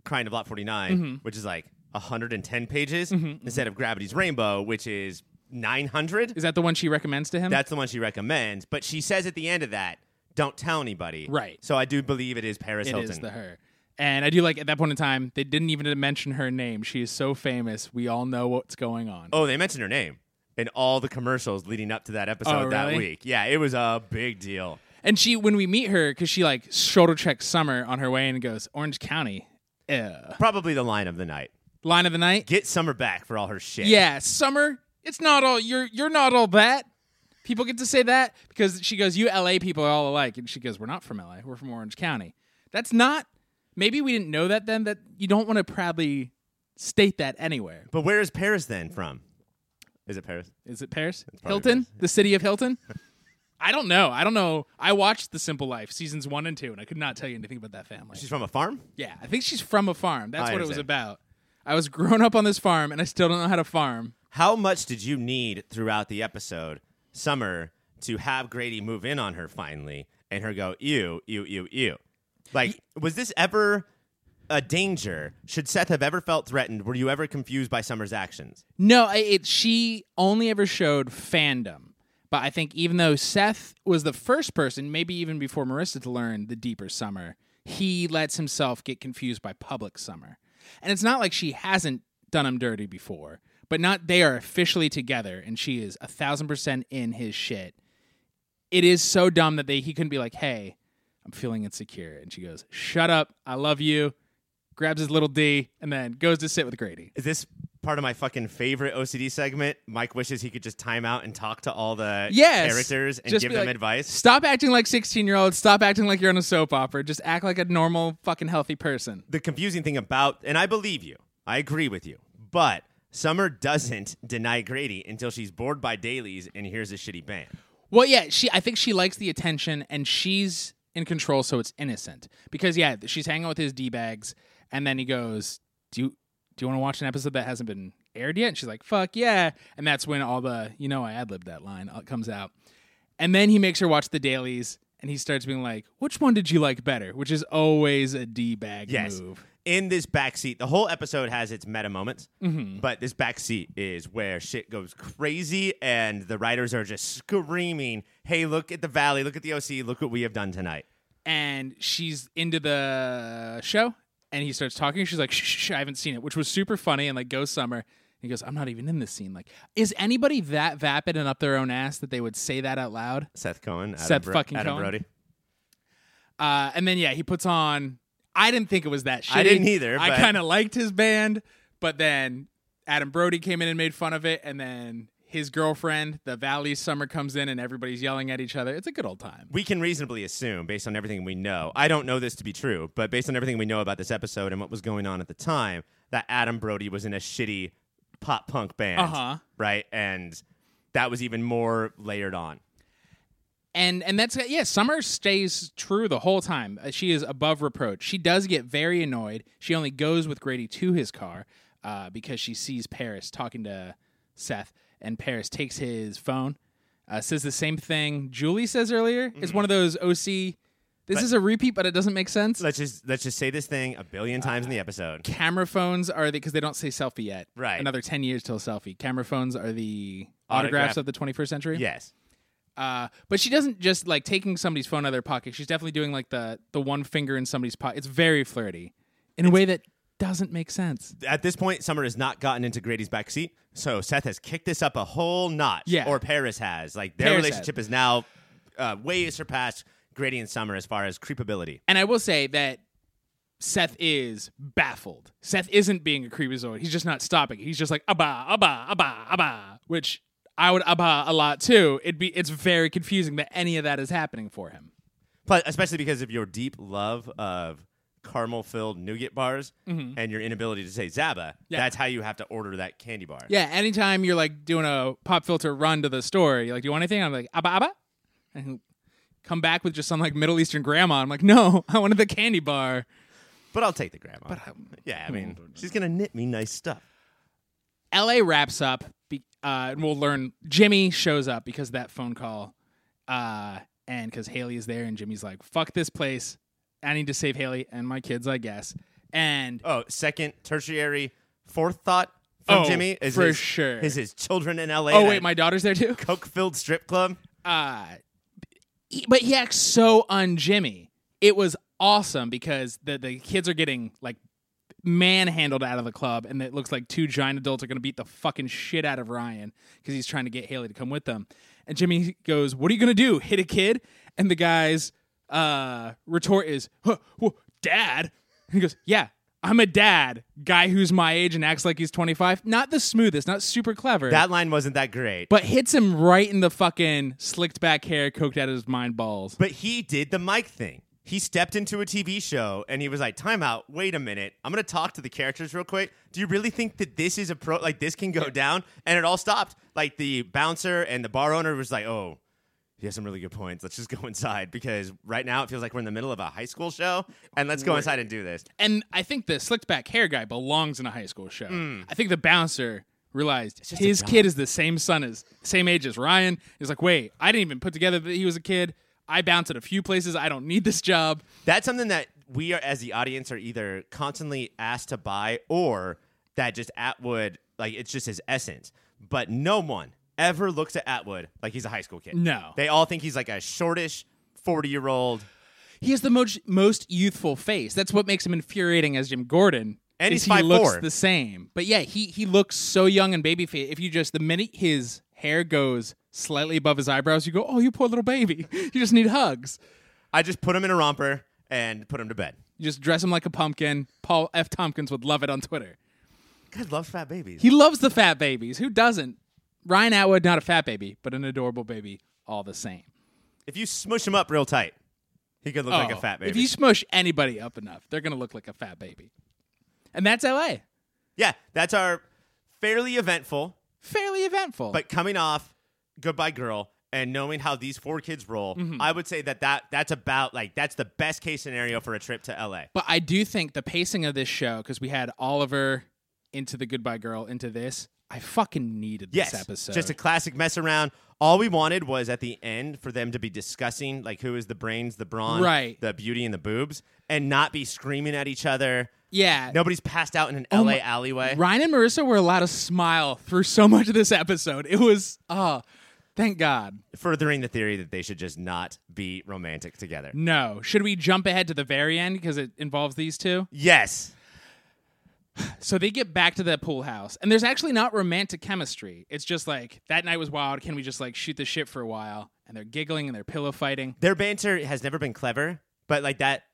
Crying of Lot 49, Mm-hmm. which is like 110 pages, instead of Gravity's Rainbow, which is 900. Is that the one she recommends to him? That's the one she recommends. But she says at the end of that, don't tell anybody. Right. So I do believe it is Paris it Hilton. is the her. And I do like at that point in time, they didn't even mention her name. She is so famous. We all know what's going on. Oh, they mentioned her name in all the commercials leading up to that episode Oh, that really? week. Yeah, it was a big deal. And she, when we meet her, because she like shoulder checks Summer on her way in and goes, Orange County. Ugh. Probably the line of the night. Line of the night. Get Summer back for all her shit. Yeah, summer. It's not all you're. You're not all that. People get to say that because she goes, "You LA people are all alike," and she goes, "We're not from LA. We're from Orange County." That's not. Maybe we didn't know that then. That you don't want to proudly state that anywhere. But where is Paris then from? Is it Paris? Is it Paris? probably Hilton, the city of Hilton. I don't know. I don't know. I watched The Simple Life seasons one and two, and I could not tell you anything about that family. She's from a farm? yeah, I think she's from a farm. That's I what it was understand. about. I was grown up on this farm, and I still don't know how to farm. How much did you need throughout the episode, Summer, to have Grady move in on her finally and her go, ew, ew, ew, ew? Like, was this ever a danger? Should Seth have ever felt threatened? Were you ever confused by Summer's actions? No, I- it. She only ever showed fandom, but I think even though Seth was the first person, maybe even before Marissa, to learn the deeper summer, he lets himself get confused by public summer, and it's not like she hasn't done him dirty before, but not they are officially together, and she is a thousand percent in his shit. It is so dumb that they he couldn't be like, hey, I'm feeling insecure, and she goes, shut up, I love you. Grabs his little D and then goes to sit with Grady. Is this part of my fucking favorite OCD segment? Mike wishes he could just time out and talk to all the yes. characters and Just give be them like, advice. Stop acting like 16 year olds. Stop acting like you're on a soap opera. Just act like a normal, fucking healthy person. the confusing thing about, and I believe you, I agree with you, but Summer doesn't deny Grady until she's bored by dailies and hears a shitty band. Well, yeah, she. I think she likes the attention, and she's in control, so it's innocent. Because yeah, she's hanging out with his d bags, and then he goes, "Do you do you want to watch an episode that hasn't been aired yet?" And she's like, "Fuck yeah!" And that's when all the you know I ad libbed that line uh, comes out, and then he makes her watch the dailies. And he starts being like, "Which one did you like better?" Which is always a d bag Yes. move. In this backseat, the whole episode has its meta moments, Mm-hmm. but this backseat is where shit goes crazy and the writers are just screaming, hey, look at the valley, look at the OC, look what we have done tonight. and she's into the show and he starts talking she's like shh, shh, shh, i haven't seen it which was super funny and like go summer and he goes i'm not even in this scene like is anybody that vapid and up their own ass that they would say that out loud Seth Cohen, Adam, Seth Bro- fucking Adam Cohen. Brody. uh, and then yeah he puts on i didn't think it was that shitty. I didn't either, i but- kind of liked his band but then adam brody came in and made fun of it and then his girlfriend the valley summer comes in and everybody's yelling at each other it's a good old time We can reasonably assume, based on everything we know, I don't know this to be true, but based on everything we know about this episode and what was going on at the time, that Adam Brody was in a shitty pop punk band. Uh-huh. Right? And that was even more layered on. and and that's yeah summer stays true the whole time Uh, she is above reproach she does get very annoyed she only goes with grady to his car uh, because she sees paris talking to seth and paris takes his phone uh, says the same thing julie says earlier it's Mm-hmm. one of those oc this is a repeat but it doesn't make sense Let's just let's just say this thing a billion Uh, times in the episode. camera phones are the because they don't say selfie yet Right. another 10 years till selfie camera phones are the autographs Autograph. of the 21st century Yes. Uh, but she doesn't just like taking somebody's phone out of their pocket. She's definitely doing like the the one finger in somebody's pocket. It's very flirty in a way that doesn't make sense. At this point, Summer has not gotten into Grady's backseat, so Seth has kicked this up a whole notch. Yeah. Or Paris has. Like their Paris relationship is now uh, way surpassed Grady and Summer as far as creepability. And I will say that Seth is baffled. Seth isn't being a creepazoid. He's just not stopping. He's just like abba abba abba abba, which I would abba a lot too. It'd be it's very confusing that any of that is happening for him. Plus, especially because of your deep love of caramel-filled nougat bars and your inability to say Zaba, Mm-hmm. Yeah. that's how you have to order that candy bar. Yeah, anytime you're like doing a pop filter run to the store, you're like, "Do you want anything?" I'm like, "Abba, abba," and he'll come back with just some like Middle Eastern grandma. I'm like, "No, I wanted the candy bar." But I'll take the grandma. But yeah, I mean, she's gonna knit me nice stuff. L.A. wraps up, be- uh, and we'll learn Jimmy shows up because of that phone call, uh, and because Haley is there, and Jimmy's like, "Fuck this place, I need to save Haley and my kids, I guess." And Oh, second, tertiary, fourth thought from Oh, Jimmy is for his, sure. Is his children in L.A. oh at wait, my daughter's there too. coke-filled strip club. uh he- but he acts so un Jimmy. It was awesome because the the kids are getting like manhandled out of the club and it looks like two giant adults are going to beat the fucking shit out of Ryan cuz he's trying to get Haley to come with them. And Jimmy goes, "What are you going to do? Hit a kid?" And the guy's uh retort is, huh, wha- "Dad." And he goes, "Yeah, I'm a dad, guy who's my age and acts like he's 25. Not the smoothest, not super clever That line wasn't that great. but hits him right in the fucking slicked back hair, coked out of his mind balls. But he did the mic thing. He stepped into a TV show and he was like, "Time out! Wait a minute! I'm gonna talk to the characters real quick. Do you really think that this is a pro? Like this can go down?" And it all stopped. Like the bouncer and the bar owner was like, "Oh, you have some really good points. Let's just go inside because right now it feels like we're in the middle of a high school show, and let's go inside and do this. And I think the slicked back hair guy belongs in a high school show. I think the bouncer realized a his kid is the same son as same age as Ryan. He's like, wait, I didn't even put together that he was a kid. I bounce at a few places. I don't need this job. That's something that we are, as the audience, are either constantly asked to buy or that just Atwood, like it's just his essence. But no one ever looks at Atwood like he's a high school kid. No. They all think he's like a shortish 40 year old. He has the most most youthful face. That's what makes him infuriating as Jim Gordon. And is he's he looks 5'4". the same. But yeah, he he looks so young and baby If you just the minute his hair goes slightly above his eyebrows, you go, "Oh, you poor little baby. You just need hugs." I just put him in a romper and put him to bed. You just dress him like a pumpkin. Paul F. Tompkins would love it on Twitter. God loves fat babies. He loves the fat babies. Who doesn't? Ryan Atwood, not a fat baby, but an adorable baby all the same. if you smush him up real tight, he could look like a Oh, fat baby. If you smush anybody up enough, they're going to look like a fat baby. And that's LA. yeah, that's our fairly eventful, Fairly eventful. but coming off Goodbye Girl and knowing how these four kids roll, Mm-hmm. I would say that, that that's about like that's the best case scenario for a trip to LA. But I do think the pacing of this show, because we had Oliver into the Goodbye Girl, into this, I fucking needed Yes, this episode. just a classic mess around. All we wanted was at the end for them to be discussing like who is the brains, the brawn, Right. the beauty, and the boobs, and not be screaming at each other. yeah. Nobody's passed out in Oh an LA alleyway. Ryan and Marissa were allowed to smile through so much of this episode. It was, oh, thank God. furthering the theory that they should just not be romantic together. No. Should we jump ahead to the very end because it involves these two? Yes. So they get back to the pool house, and there's actually not romantic chemistry. It's just like, that night was wild. Can we just like shoot the shit for a while? And they're giggling and they're pillow fighting. Their banter has never been clever, but like that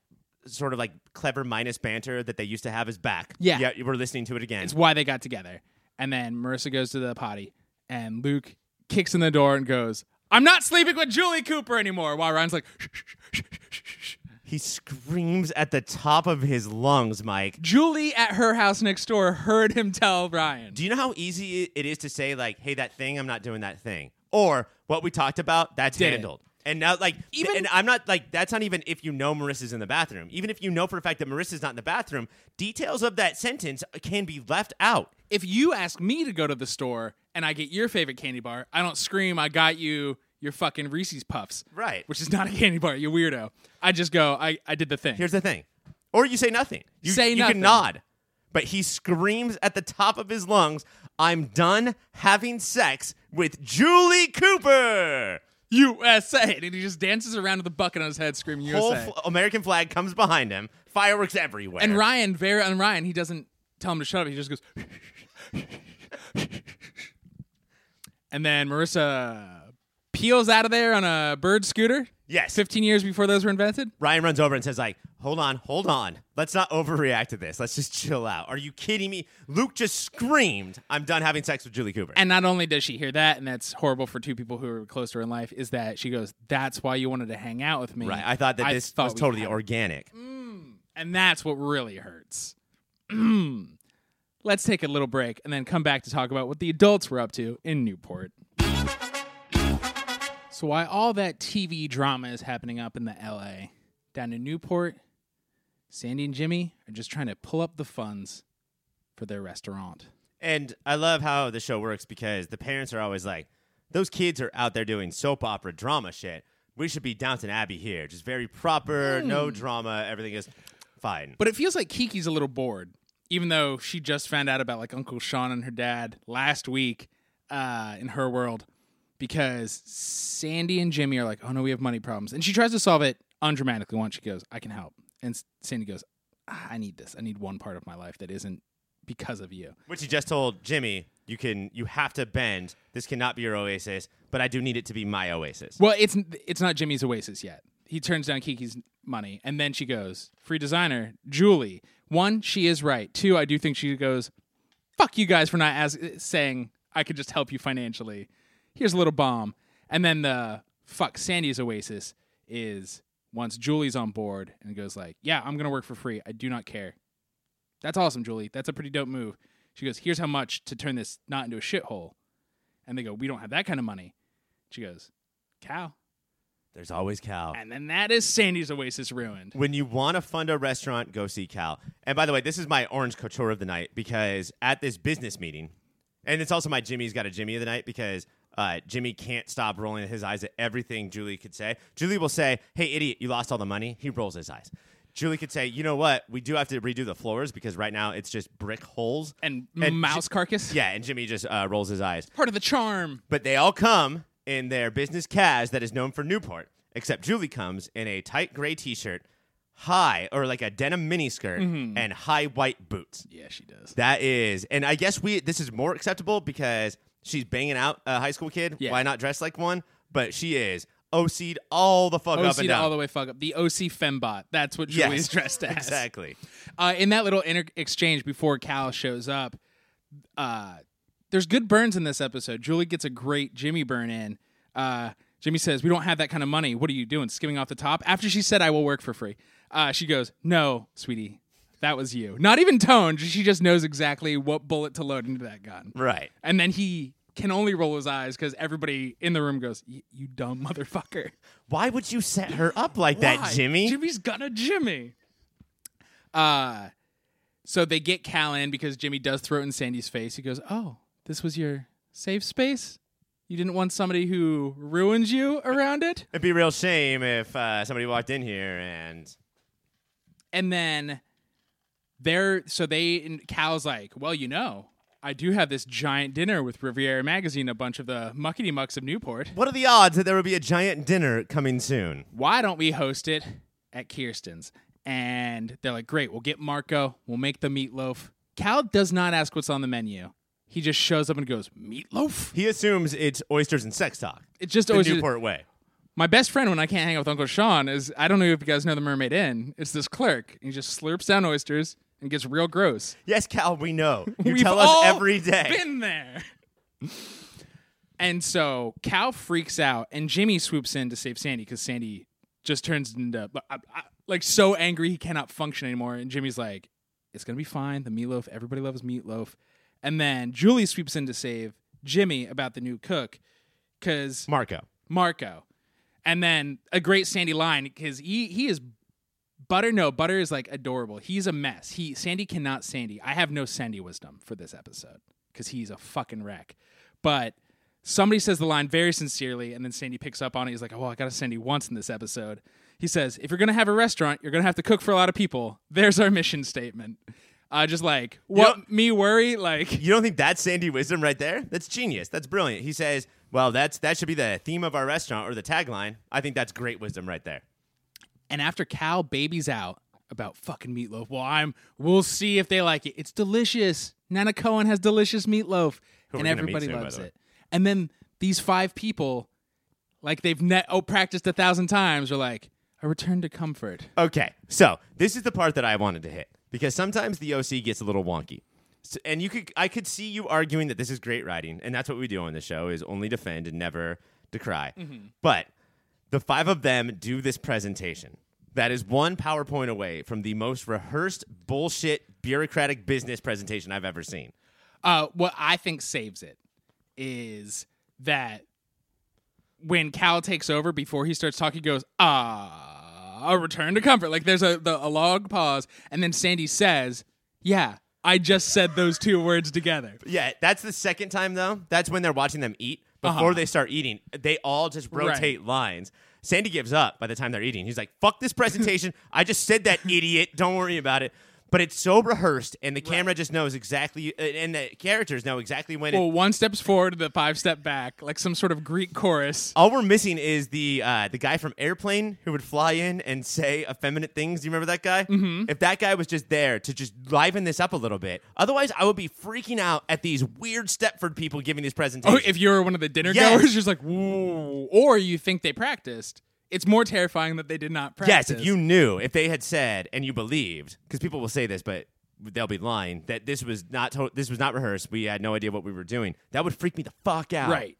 sort of like clever minus banter that they used to have is back. Yeah. Yeah, we're listening to it again. It's why they got together. And then Marissa goes to the potty, and Luke kicks in the door and goes, I'm not sleeping with Julie Cooper anymore. While Ryan's like, shh, shh, shh, shh, shh, shh. he screams at the top of his lungs, Mike. Julie at her house next door heard him tell Ryan. Do you know how easy it- it is to say like, "Hey, that thing, I'm not doing that thing," or what we talked about, that's Did it. handled. And now, like, Even- even and I'm not like that's not even if you know Marissa's in the bathroom. Even if you know for a fact that Marissa's not in the bathroom, details of that sentence can be left out. if you ask me to go to the store and I get your favorite candy bar, I don't scream, I got you your fucking Reese's Puffs. Right. Which is not a candy bar, you weirdo. I just go, I, I did the thing. Here's the thing. Or you say nothing. You, Say you nothing. can nod. But he screams at the top of his lungs, I'm done having sex with Julie Cooper. USA. And he just dances around with a bucket on his head screaming Whole USA. fl- American flag comes behind him, fireworks everywhere. and Ryan, very and Ryan, he doesn't tell him to shut up. He just goes. and then Marissa peels out of there on a bird scooter. Yes. 15 years before those were invented. Ryan runs over and says, like, hold on, hold on. Let's not overreact to this. Let's just chill out. Are you kidding me? Luke just screamed, I'm done having sex with Julie Cooper. And not only does she hear that, and that's horrible for two people who are close to her in life, is that she goes, "That's why you wanted to hang out with me." right. I thought that this thought was we totally had-" organic. and that's what really hurts. Let's take a little break and then come back to talk about what the adults were up to in Newport. So while all that TV drama is happening up in the LA, down in Newport, Sandy and Jimmy are just trying to pull up the funds for their restaurant. And I love how the show works because the parents are always like, those kids are out there doing soap opera drama shit. We should be Downton Abbey here. Just very proper, no drama. Everything is fine. Hmm. But it feels like Kiki's a little bored, even though she just found out about like Uncle Sean and her dad last week uh, in her world because Sandy and Jimmy are like, oh no, we have money problems. And she tries to solve it undramatically once she goes, I can help. And S- Sandy goes, "Ah, I need this. I need one part of my life that isn't because of you. Which he just told Jimmy, you can, you have to bend. This cannot be your oasis, but I do need it to be my oasis. Well, it's it's not Jimmy's Oasis yet. He turns down Kiki's money, and then she goes free designer Julie. One, she is right. Two, I do think she goes, "Fuck you guys for not as- saying I could just help you financially." Here's a little bomb, and then the fuck Sandy's Oasis is once Julie's on board and goes like, "Yeah, I'm gonna work for free. I do not care. That's awesome, Julie. That's a pretty dope move." She goes, "Here's how much to turn this not into a shithole," and they go, "We don't have that kind of money." She goes, cow. There's always Cal. And then that is Sandy's Oasis ruined. When you want to fund a restaurant, go see Cal. And by the way, this is my orange couture of the night because at this business meeting, and it's also my Jimmy's got a Jimmy of the night because uh, Jimmy can't stop rolling his eyes at everything Julie could say. Julie will say, "Hey, idiot, you lost all the money." He rolls his eyes. Julie could say, "You know what? We do have to redo the floors because right now it's just brick holes And, Ji- mouse carcass? Yeah, and Jimmy just uh, rolls his eyes. Part of the charm. But they all come in their business Kaz that is known for Newport, except Julie comes in a tight gray t shirt, high, or like a denim miniskirt, Mm-hmm. and high white boots. Yeah, she does. That is, and I guess we this is more acceptable because she's banging out a high school kid. Yeah. Why not dress like one? But she is OC'd all the fuck up and OC down. all the way fuck up. The OC fembot. That's what Yes. Julie is dressed as. exactly. Uh, in that little inter- exchange before Cal shows up, uh, there's good burns in this episode. Julie gets a great Jimmy burn in. Uh, Jimmy says, "We don't have that kind of money. What are you doing? Skimming off the top?" After she said, "I will work for free," uh, she goes, "No, sweetie, that was you." Not even toned. She just knows exactly what bullet to load into that gun. Right. And then he can only roll his eyes because everybody in the room goes, "Y- "You dumb motherfucker." Why would you set her up like Why? that, Jimmy? Jimmy's gonna Jimmy. Uh so they get Cal in because Jimmy does throw it in Sandy's face. He goes, Oh, this was your safe space? You didn't want somebody who ruins you around it? It'd be a real shame if uh, somebody walked in here and And then they're so they and Cal's like, Well, you know, I do have this giant dinner with Riviera Magazine, a bunch of the muckety mucks of Newport. What are the odds that there would be a giant dinner coming soon? why don't we host it at Kirsten's? And they're like, great, we'll get Marco, we'll make the meatloaf. Cal does not ask what's on the menu. He just shows up and goes, meatloaf? He assumes it's oysters and sex talk. It's just The always Newport way. my best friend when I can't hang out with Uncle Sean is I don't know if you guys know the Mermaid Inn. It's this clerk. He just slurps down oysters and gets real gross. Yes, Cal, we know. You We've tell us all every day. Been there. And so Cal freaks out, and Jimmy swoops in to save Sandy because Sandy just turns into but I- I- like so angry he cannot function anymore. And Jimmy's like, "It's gonna be fine. The meatloaf. Everybody loves meatloaf." And then Julie sweeps in to save Jimmy about the new cook because Marco. Marco. And then a great Sandy line because he he is butter. No butter is like adorable. He's a mess. He Sandy cannot Sandy. I have no Sandy wisdom for this episode because he's a fucking wreck. But somebody says the line very sincerely, and then Sandy picks up on it. He's like, "Oh, I got to Sandy once in this episode." He says, "If you're gonna have a restaurant, you're gonna have to cook for a lot of people." There's our mission statement. Uh, just like what know- me worry like. You don't think that's Sandy Wisdom right there? That's genius. That's brilliant. He says, well, that's that should be the theme of our restaurant or the tagline. I think that's great wisdom right there. And after Cal babies out about fucking meatloaf, well, I'm we'll see if they like it. It's delicious. Nana Cohen has delicious meatloaf, and we're gonna meet everybody soon, by loves the way. it. And then these five people, like they've net oh practiced a thousand times, are like a return to comfort. Okay, so this is the part that I wanted to hit because sometimes the OC gets a little wonky, S and you could I could see you arguing that this is great writing, and that's what we do on the show is only defend and never decry. But the five of them do this presentation that is one PowerPoint away from the most rehearsed bullshit bureaucratic business presentation I've ever seen. Uh, what I think saves it is that when Cal takes over, before he starts talking, he goes, ah, a return to comfort. Like there's a, the, a log pause, and then Sandy says, yeah, I just said those two words together. Yeah, that's the second time though. That's when they're watching them eat. Before Uh-huh. they start eating, they all just rotate lines. Sandy gives up by the time they're eating. He's like, "Fuck this presentation! I just said that, idiot. Don't worry about it." But it's so rehearsed, and the camera just knows exactly, uh, and the characters know exactly when. it, Well, one steps forward, the five step back, like some sort of Greek chorus. all we're missing is the uh, the guy from Airplane who would fly in and say effeminate things. Do you remember that guy? Mm-hmm. If that guy was just there to just liven this up a little bit, otherwise I would be freaking out at these weird Stepford people giving these presentations. Oh, if you're one of the dinner Yes. goers, you're just like, whoa. Or you think they practiced. It's more terrifying that they did not practice. Yes, if you knew, if they had said and you believed, because people will say this, but they'll be lying that this was not to- this was not rehearsed. We had no idea what we were doing. That would freak me the fuck out. Right.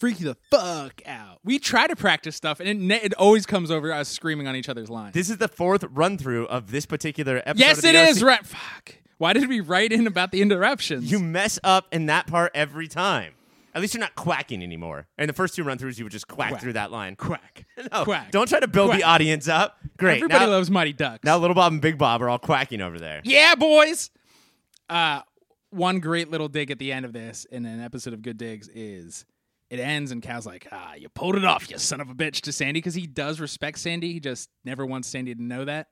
Freak you the fuck out. We try to practice stuff, and it, ne- it always comes over us screaming on each other's lines. This is the fourth run through of this particular episode. yes, of the it is. OC. Right. Fuck. Why did we write in about the interruptions? You mess up in that part every time. At least you're not quacking anymore. And the first two run throughs, you would just quack, Quack. through that line. Quack. No, Quack. Don't try to build Quack. the audience up. Great. Everybody now, loves Mighty Ducks. now Little Bob and Big Bob are all quacking over there. Yeah, boys. Uh, one great little dig at the end of this in an episode of Good Digs is it ends and Cal's like, ah, you pulled it off, you son of a bitch, to Sandy because he does respect Sandy. He just never wants Sandy to know that.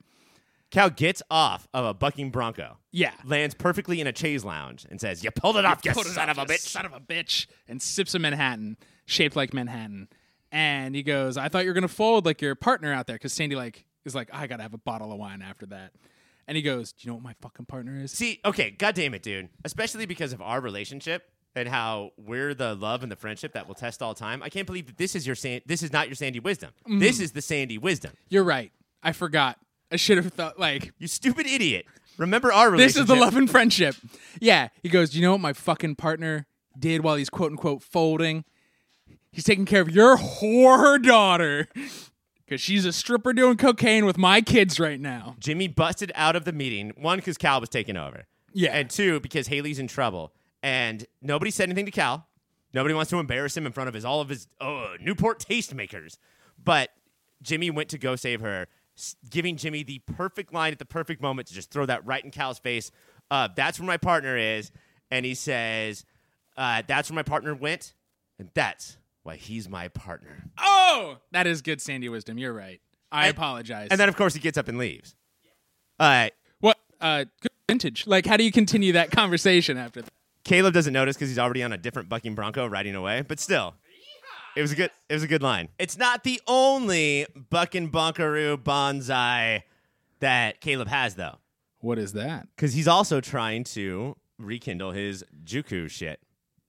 Cow gets off of a bucking bronco. Yeah. Lands perfectly in a chaise lounge and says, You pulled it off, you, Pulled it son off, of a you bitch. Son of a bitch. And sips a Manhattan, shaped like Manhattan. And he goes, I thought you were going to fold like your partner out there because Sandy like is like, I got to have a bottle of wine after that. And he goes, Do you know what my fucking partner is? See, okay, goddamn it, dude. Especially because of our relationship and how we're the love and the friendship that will test all time. I can't believe that this is your San- this is not your Sandy wisdom. Mm. This is the Sandy wisdom. You're right. I forgot. I should have thought, like, You stupid idiot. Remember our This relationship. is the love and friendship. Yeah. He goes, Do you know what my fucking partner did while he's quote unquote folding? He's taking care of your whore daughter because she's a stripper doing cocaine with my kids right now. Jimmy busted out of the meeting. One, because Cal was taking over. Yeah. And two, because Haley's in trouble. And nobody said anything to Cal. Nobody wants to embarrass him in front of his all of his oh, Newport tastemakers. But Jimmy went to go save her, s- giving Jimmy the perfect line at the perfect moment to just throw that right in Cal's face. Uh, that's where my partner is. And he says, uh, That's where my partner went. And that's why he's my partner. Oh, that is good Sandy wisdom. You're right. I apologize. And then, of course, he gets up and leaves. Uh, what? Uh, good vintage. Like, how do you continue that conversation after that? Caleb doesn't notice because he's already on a different bucking bronco riding away, but still. It was a good it was a good line. It's not the only bucking bonkaroo bonsai that Caleb has though. What is that? Cause he's also trying to rekindle his Juku shit.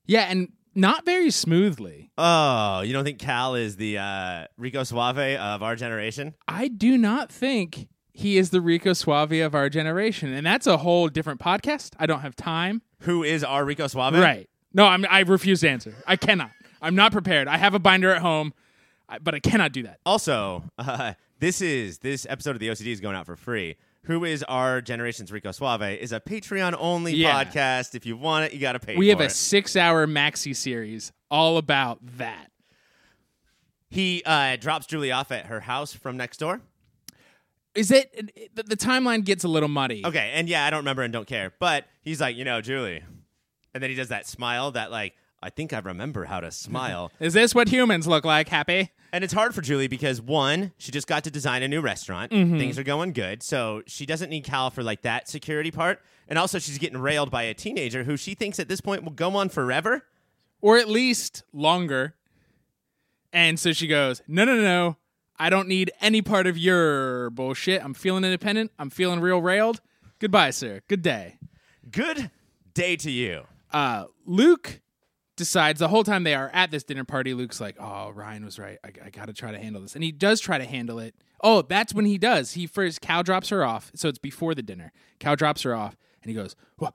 Yeah, and not very smoothly. Oh, you don't think Cal is the uh, Rico Suave of our generation? I do not think he is the Rico Suave of our generation, and that's a whole different podcast. I don't have time. Who is our Rico Suave? Right? No, I'm, I refuse to answer. I cannot. I'm not prepared. I have a binder at home, I- but I cannot do that. Also, uh, this is this episode of the OCD is going out for free. Who is our generation's Rico Suave is a Patreon only Yeah. podcast. If you want it, you got to pay. We for have a it. six-hour maxi series all about that. He uh, drops Julie off at her house from next door. Is it the, the timeline gets a little muddy? Okay, and yeah, I don't remember and don't care, but he's like, you know, Julie, and then he does that smile that like I think I remember how to smile, Is this what humans look like? Happy? and it's hard for Julie because one, she just got to design a new restaurant, Mm-hmm. things are going good, so she doesn't need Cal for like that security part, and also she's getting railed by a teenager who she thinks at this point will go on forever. or at least longer. And so she goes, No, no, no, no. I don't need any part of your bullshit. I'm feeling independent. I'm feeling real railed. Goodbye, sir. Good day. Good day to you. Uh, Luke decides the whole time they are at this dinner party, Luke's like, Oh, Ryan was right. I, I got to try to handle this. And he does try to handle it. Oh, that's when he does. He first, Cal drops her off. So it's before the dinner. Cal drops her off and he goes, "Wha-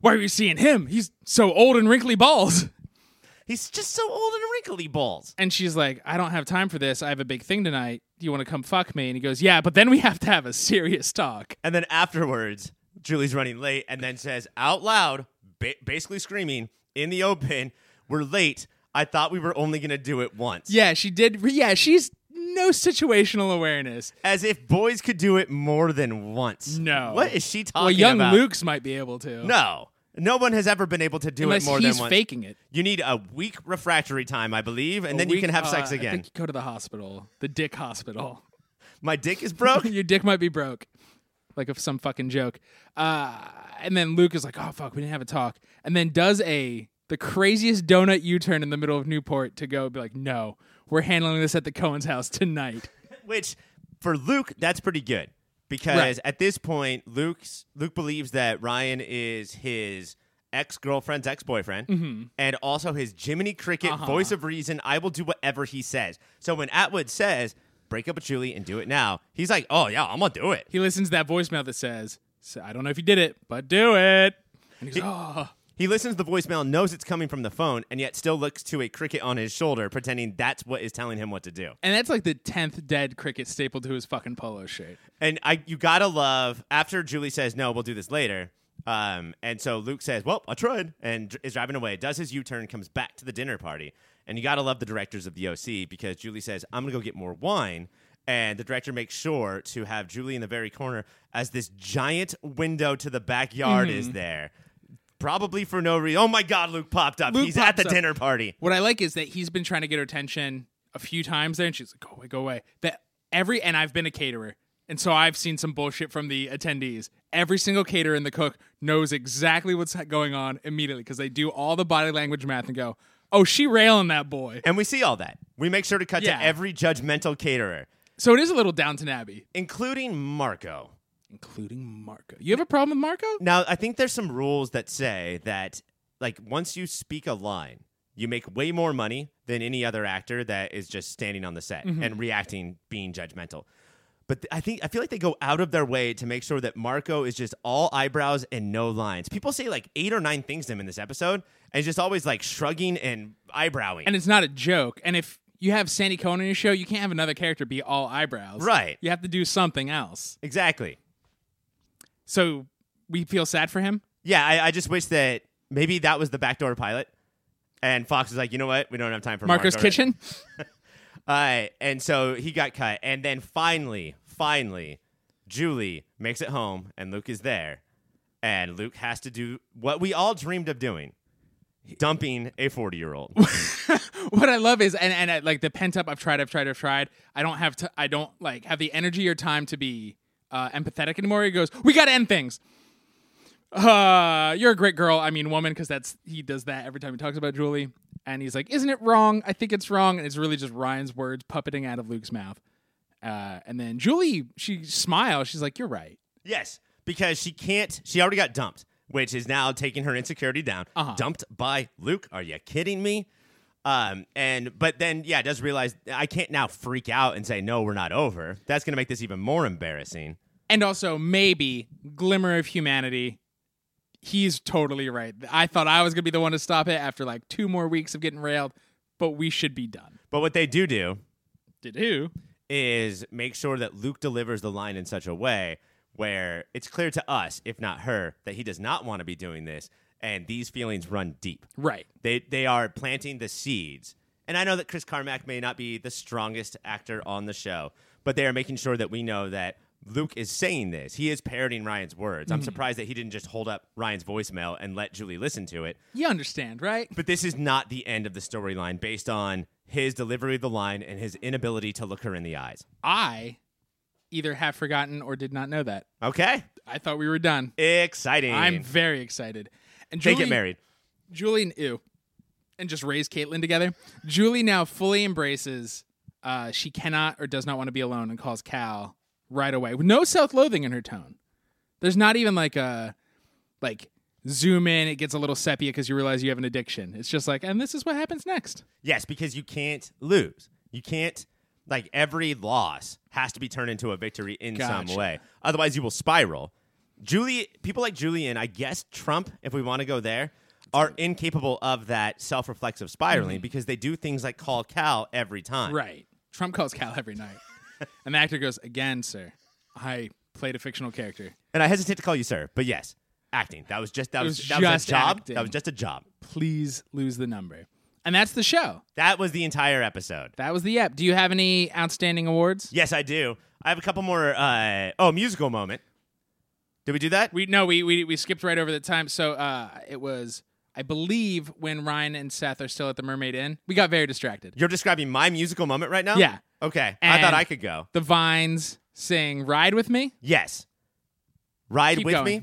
Why are you seeing him? He's so old and wrinkly balls. He's just so old and wrinkly balls. And she's like, I don't have time for this. I have a big thing tonight. Do you want to come fuck me? And he goes, Yeah, but then we have to have a serious talk. And then afterwards, Julie's running late and then says out loud, ba- basically screaming in the open, We're late. I thought we were only going to do it once. Yeah, she did. Yeah, she's no situational awareness. As if boys could do it more than once. No. What is she talking Well, young about? Luke's might be able to. No. No one has ever been able to do unless it more he's than once. faking it. You need a week refractory time, I believe, and then We- you can have sex uh, I again. think you go to the hospital, the dick hospital. My dick is broke. Your dick might be broke, like of some fucking joke. Uh, and then Luke is like, "Oh fuck, we didn't have a talk," and then does a the craziest donut U turn in the middle of Newport to go be like, "No, we're handling this at the Cohen's house tonight." which for Luke that's pretty good because Right. at this point Luke's Luke believes that Ryan is his ex-girlfriend's ex-boyfriend Mm-hmm. and also his Jiminy Cricket Uh-huh. voice of reason I will do whatever he says. So when Atwood says break up with Julie and do it now, he's like, "Oh yeah, I'm going to do it." He listens to that voicemail that says, "So- "I don't know if you did it, but do it." And he goes, "Oh, He listens to the voicemail, knows it's coming from the phone, and yet still looks to a cricket on his shoulder pretending that's what is telling him what to do. and that's like the tenth dead cricket stapled to his fucking polo shirt. And I, you gotta love after Julie says no, we'll do this later. Um, and so Luke says, "Well, I tried," and dr- is driving away. Does his U-turn, comes back to the dinner party, and you gotta love the directors of the OC because Julie says, "I'm gonna go get more wine." And the director makes sure to have Julie in the very corner as this giant window to the backyard Mm-hmm. is there. Probably for no reason. Oh my God, Luke popped up. Luke He's at pops the up. dinner party. What I like is that he's been trying to get her attention a few times there, and she's like, "Go away, go away." That every and I've been a caterer, and so I've seen some bullshit from the attendees. Every single caterer and the cook knows exactly what's going on immediately because they do all the body language math and go, "Oh, she railing that boy." And we see all that. We make sure to cut Yeah. to every judgmental caterer, So it is a little Downton Abbey, including Marco. including Marco. You have a problem with Marco? Now, I think there's some rules that say that, like, once you speak a line, you make way more money than any other actor that is just standing on the set Mm-hmm. and reacting, being judgmental. But th- I think I feel like they go out of their way to make sure that Marco is just all eyebrows and no lines. People say like eight or nine things to him in this episode, and he's just always like shrugging and eyebrowing. and it's not a joke. And if you have Sandy Cohen on your show, you can't have another character be all eyebrows. Right. You have to do something else. exactly. So we feel sad for him. Yeah, I, I just wish that maybe that was the backdoor pilot, and Fox was like, you know what, we don't have time for Marco's Marco right Kitchen. Uh, and so he got cut. And then finally, finally, Julie makes it home and Luke is there. And Luke has to do what we all dreamed of doing dumping a 40 year old. what I love is and and uh, like the pent up. I've tried. I've tried. I've tried. I don't have. T- I don't like have the energy or time to be uh, empathetic anymore. He goes, "We got to end things." Uh, you're a great girl. I mean, woman, because that's he does that every time he talks about Julie. And he's like, "Isn't it wrong? I think it's wrong." And it's really just Ryan's words puppeting out of Luke's mouth. Uh, and then Julie, she smiles. She's like, "You're right." yes, because she can't, she already got dumped, which is now taking her insecurity down. Uh-huh. Dumped by Luke. Are you kidding me? Um, and but then yeah, does realize I can't now freak out and say, no, we're not over. That's gonna make this even more embarrassing. and also maybe glimmer of humanity. He's totally right. I thought I was gonna be the one to stop it after like two more weeks of getting railed, but we should be done. But what they do do Did who? is make sure that Luke delivers the line in such a way where it's clear to us, if not her, that he does not want to be doing this, and these feelings run deep. Right. They they are planting the seeds. And I know that Chris Carmack may not be the strongest actor on the show, but they are making sure that we know that Luke is saying this. He is parroting Ryan's words. Mm-hmm. I'm surprised that he didn't just hold up Ryan's voicemail and let Julie listen to it. You understand, right? But this is not the end of the storyline based on his delivery of the line and his inability to look her in the eyes. I either have forgotten or did not know that. Okay. I thought we were done. Exciting. I'm very excited. And they Julie, get married. Julie and ew, and just raise Caitlin together. Julie now fully embraces. Uh, she cannot or does not want to be alone, and calls Cal right away with no self-loathing in her tone. There's not even like a like zoom in. It gets a little sepia because you realize you have an addiction. It's just like, and this is what happens next. Yes, because you can't lose. You can't like every loss has to be turned into a victory in some Gotcha. way. Otherwise you will spiral. Julie people like Julian, I guess Trump, if we want to go there, are incapable of that self reflexive spiraling because they do things like call Cal every time. Mm-hmm. Right. Trump calls Cal every night, and the actor goes, "Again, sir, I played a fictional character. And I hesitate to call you sir, but yes. Acting. That was just that was, was that was just a job. acting. That was just a job. Please lose the number." And that's the show. That was the entire episode. That was the app. Do you have any outstanding awards? Yes, I do. I have a couple more. Uh, oh, musical moment. Did we do that? We no, we we, we skipped right over the time. So uh, it was, I believe, when Ryan and Seth are still at the Mermaid Inn. We got very distracted. You're describing my musical moment right now. Yeah. Okay. I And- thought I could go. The Vines sing "Ride with Me." Yes. Ride Keep with going. me.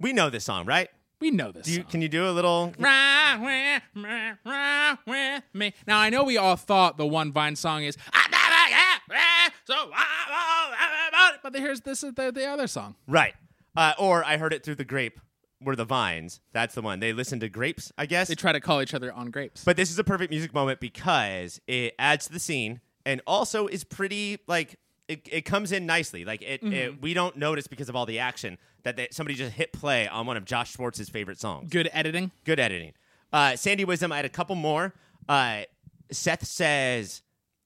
We know this song, right? We know this. Do you, song. can you do a little? Ride with me, ride with me. Now I know we all thought the one Vine song is "I never get rid, so I won't ever-" but here's this is the, the other song. Right. Uh, or I heard it through the grape. Were the vines? That's the one. They listen to grapes, I guess. They try to call each other on grapes. But this is a perfect music moment because it adds to the scene and also is pretty like it, it comes in nicely. Like it, Mm-hmm. it, we don't notice because of all the action that they, somebody just hit play on one of Josh Schwartz's favorite songs. Good editing. Good editing. Uh, Sandy Wisdom. I had a couple more. Uh, Seth says,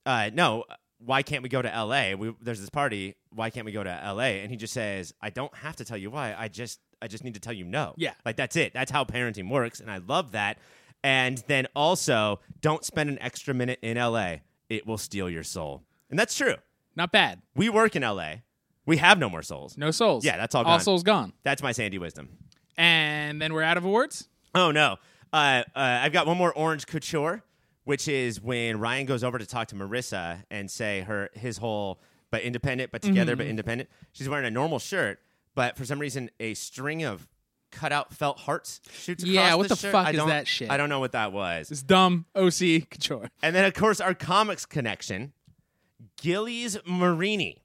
uh, "No, why can't we go to L.A.? We, there's this party. Why can't we go to L.A.?" And he just says, "I don't have to tell you why. I just I just need to tell you no. Yeah. Like that's it. That's how parenting works, and I love that. And then also, don't spend an extra minute in LA. It will steal your soul, and that's true. Not bad. We work in LA. We have no more souls. No souls. Yeah, that's all All gone. souls gone. That's my Sandy wisdom. And then we're out of awards. Oh no. Uh, uh, I've got one more orange couture, which is when Ryan goes over to talk to Marissa and say her his whole but independent, but together, Mm-hmm. but independent. She's wearing a normal shirt, but for some reason, a string of cutout felt hearts shoots across Yeah, what the shirt. fuck I is don't- that shit? I don't know what that was. It's dumb OC couture. And then, of course, our comics connection, Gillies Marini.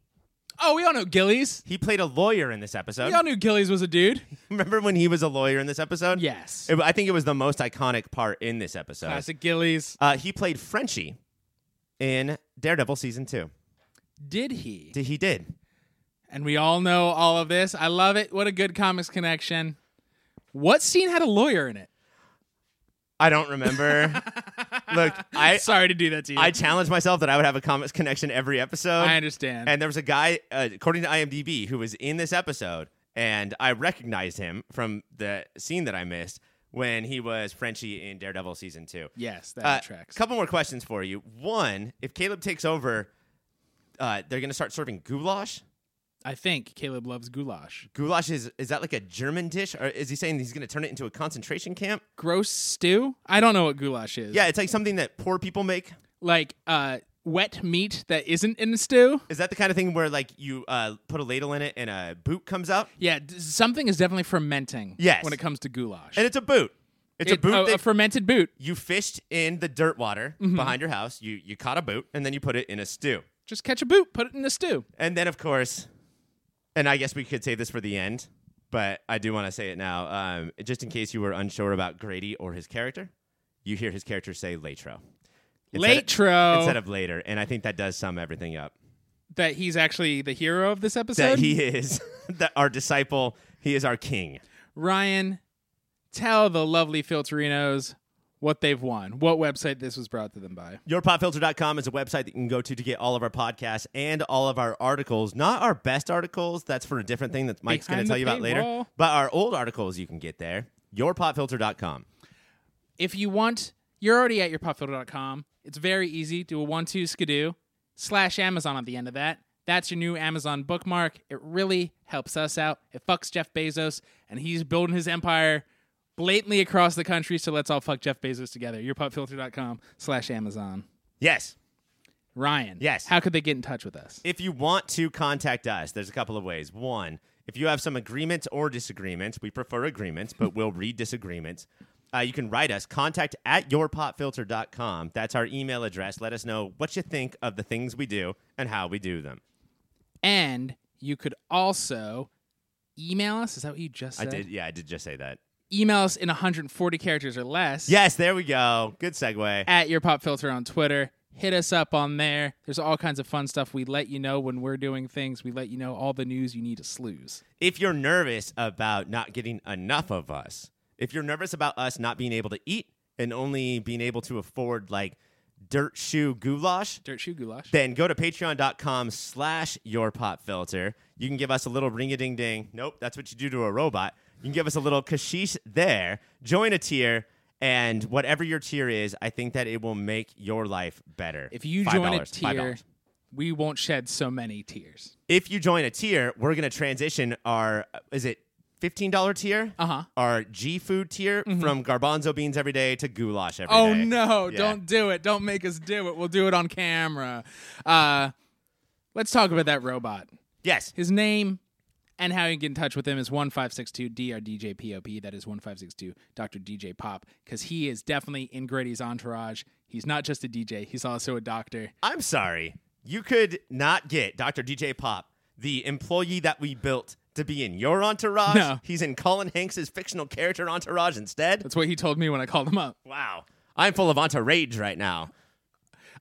Oh, we all know Gillies. He played a lawyer in this episode. We all knew Gillies was a dude. Remember when he was a lawyer in this episode? Yes. It- I think it was the most iconic part in this episode. Classic Gillies. Uh, he played Frenchie in Daredevil season two. Did he? D- He did. and we all know all of this. I love it. What a good comics connection. What scene had a lawyer in it? I don't remember. Look, I Sorry to do that to you. I challenged myself that I would have a comics connection every episode. I understand. And there was a guy, uh, according to IMDb, who was in this episode, and I recognized him from the scene that I missed when he was Frenchie in Daredevil season two. yes, that A tracks. uh, couple more questions for you. One, if Caleb takes over, uh, they're going to start serving goulash. I think Caleb loves goulash. Goulash is is that like a German dish, or is he saying he's going to turn it into a concentration camp? Gross stew? I don't know what goulash is. Yeah, it's like something that poor people make. Like uh, wet meat that isn't in the stew? Is that the kind of thing where like you uh, put a ladle in it and a boot comes out, Yeah, d- something is definitely fermenting Yes. when it comes to goulash. and it's a boot. It's a It- oh, uh, boot a, that fermented boot. you fished in the dirt water Mm-hmm. behind your house. You you caught a boot and then you put it in a stew. Just catch a boot, put it in the stew. And then of course, and I guess we could save this for the end, but I do want to say it now, um, just in case you were unsure about Grady or his character. You hear his character say "latro." Instead of- Latro. instead of later, and I think that does sum everything up. That he's actually the hero of this episode. That he is that our disciple. He is our king. Ryan, tell the lovely Filterinos what they've won, what website this was brought to them by. YourPopFilter.com is a website that you can go to to get all of our podcasts and all of our articles. Not our best articles, that's for a different thing that Mike's going Behind to the tell you about later. paywall. But our old articles you can get there. YourPopFilter.com. If you want, you're already at yourpopfilter.com. It's very easy. Do a one two skidoo slash Amazon at the end of that. That's your new Amazon bookmark. It really helps us out. It fucks Jeff Bezos, and he's building his empire blatantly across the country. So let's all fuck Jeff Bezos together. Yourpopfilter.com slash Amazon. Yes. Ryan. Yes. How could they get in touch with us? If you want to contact us, there's a couple of ways. One, if you have some agreements or disagreements, we prefer agreements, but we'll read disagreements. Uh, you can write us contact at yourpopfilter.com. That's our email address. Let us know what you think of the things we do and how we do them. And you could also email us. Is that what you just I said? did, yeah, I did just say that. Email us in 140 characters or less. Yes, there we go. Good segue. At your pop filter on Twitter. Hit us up on there. There's all kinds of fun stuff. We let you know when we're doing things. We let you know all the news you need to sleuze. If you're nervous about not getting enough of us, if you're nervous about us not being able to eat and only being able to afford like dirt shoe goulash, Dirt shoe goulash. then go to patreon.com slash your pop filter. You can give us a little ring a ding ding. Nope, that's what you do to a robot. You can give us a little kashish there. Join a tier. And whatever your tier is, I think that it will make your life better. if you $5, join a tier, $5. we won't shed so many tears. if you join a tier, we're going to transition our is it fifteen dollar tier, Uh-huh. Mm-hmm. our G food tier from garbanzo beans every day to goulash every day. Oh no, Yeah. don't do it. Don't make us do it. We'll do it on camera. Uh, let's talk about that robot. Yes, His name and how you can get in touch with him is 1562 DRDJPOP. That is 1562 Dr. DJ Pop, because he is definitely in Grady's entourage. He's not just a DJ, he's also a doctor. I'm sorry, you could not get Dr. DJ Pop, the employee that we built to be in your entourage. No. He's in Colin Hanks's fictional character entourage instead. That's what he told me when I called him up. Wow, I'm full of entourage right now.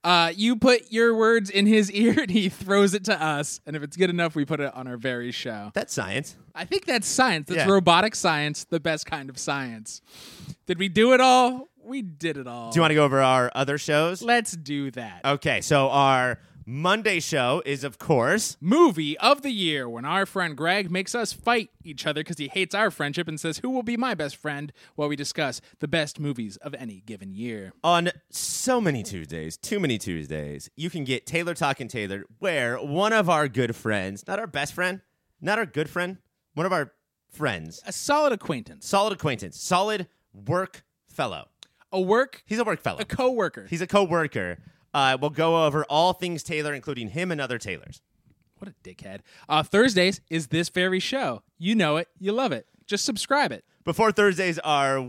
Uh, you put your words in his ear and he throws it to us. And if it's good enough, we put it on our very show. That's science. I think that's science. That's Yeah. robotic science, the best kind of science. Did we do it all? We did it all. Do you want to go over our other shows? Let's do that. Okay, so our Monday show is, of course, Movie of the year when our friend Greg makes us fight each other because he hates our friendship and says, Who will be my best friend? while we discuss the best movies of any given year. on so many Tuesdays, too many Tuesdays, you can get Taylor Talking Taylor, where one of our good friends, not our best friend, not our good friend, one of our friends, A solid acquaintance, solid acquaintance, solid work fellow. a work, He's a work fellow. a co worker. He's a coworker. Uh, we'll go over all things Taylor, including him and other Taylors. What a dickhead. Uh, Thursdays is this very show. You know it, you love it. Just subscribe it. Before Thursdays are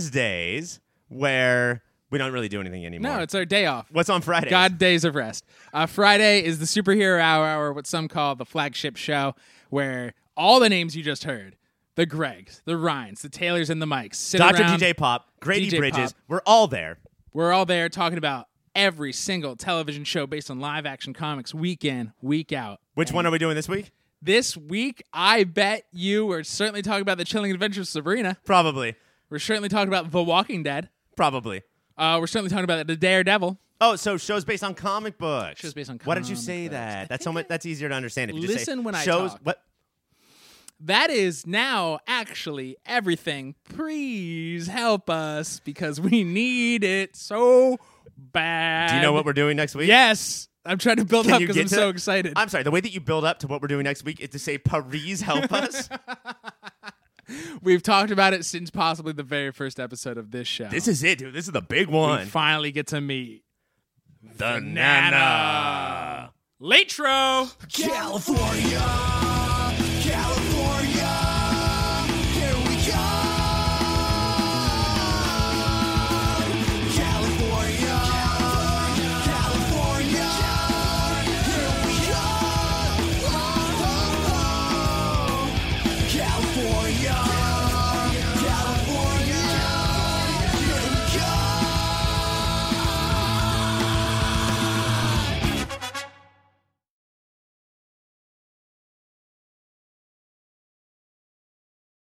Wednesdays, where we don't really do anything anymore. No, it's our day off. What's on Friday? God days of rest. Uh, Friday is the superhero hour, hour, what some call the flagship show, where all the names you just heard, the Gregs, the Ryans, the Taylors, and the Mikes, sit Dr. around. DJ Pop, Grady DJ Bridges, Pop. we're all there. We're all there talking about every single television show based on live action comics, week in, week out. Which one are we doing this week? This week, I bet you we're certainly talking about the Chilling Adventures of Sabrina. Probably. We're certainly talking about The Walking Dead. Probably. Uh, we're certainly talking about The Daredevil. Oh, so shows based on comic books. Shows based on Why did you comic say books. I that? That's so much. That's easier to understand if you just say Listen when I shows. talk. What? That is now actually everything. Please help us because we need it so bad. Do you know what we're doing next week? Yes, I'm trying to build Can up you because get I'm to so that? excited. I'm sorry. The way that you build up to what we're doing next week is to say Paris help us. We've talked about it since possibly the very first episode of this show. this is it, dude. This is the big we one. finally get to meet the Nana. Latro. California.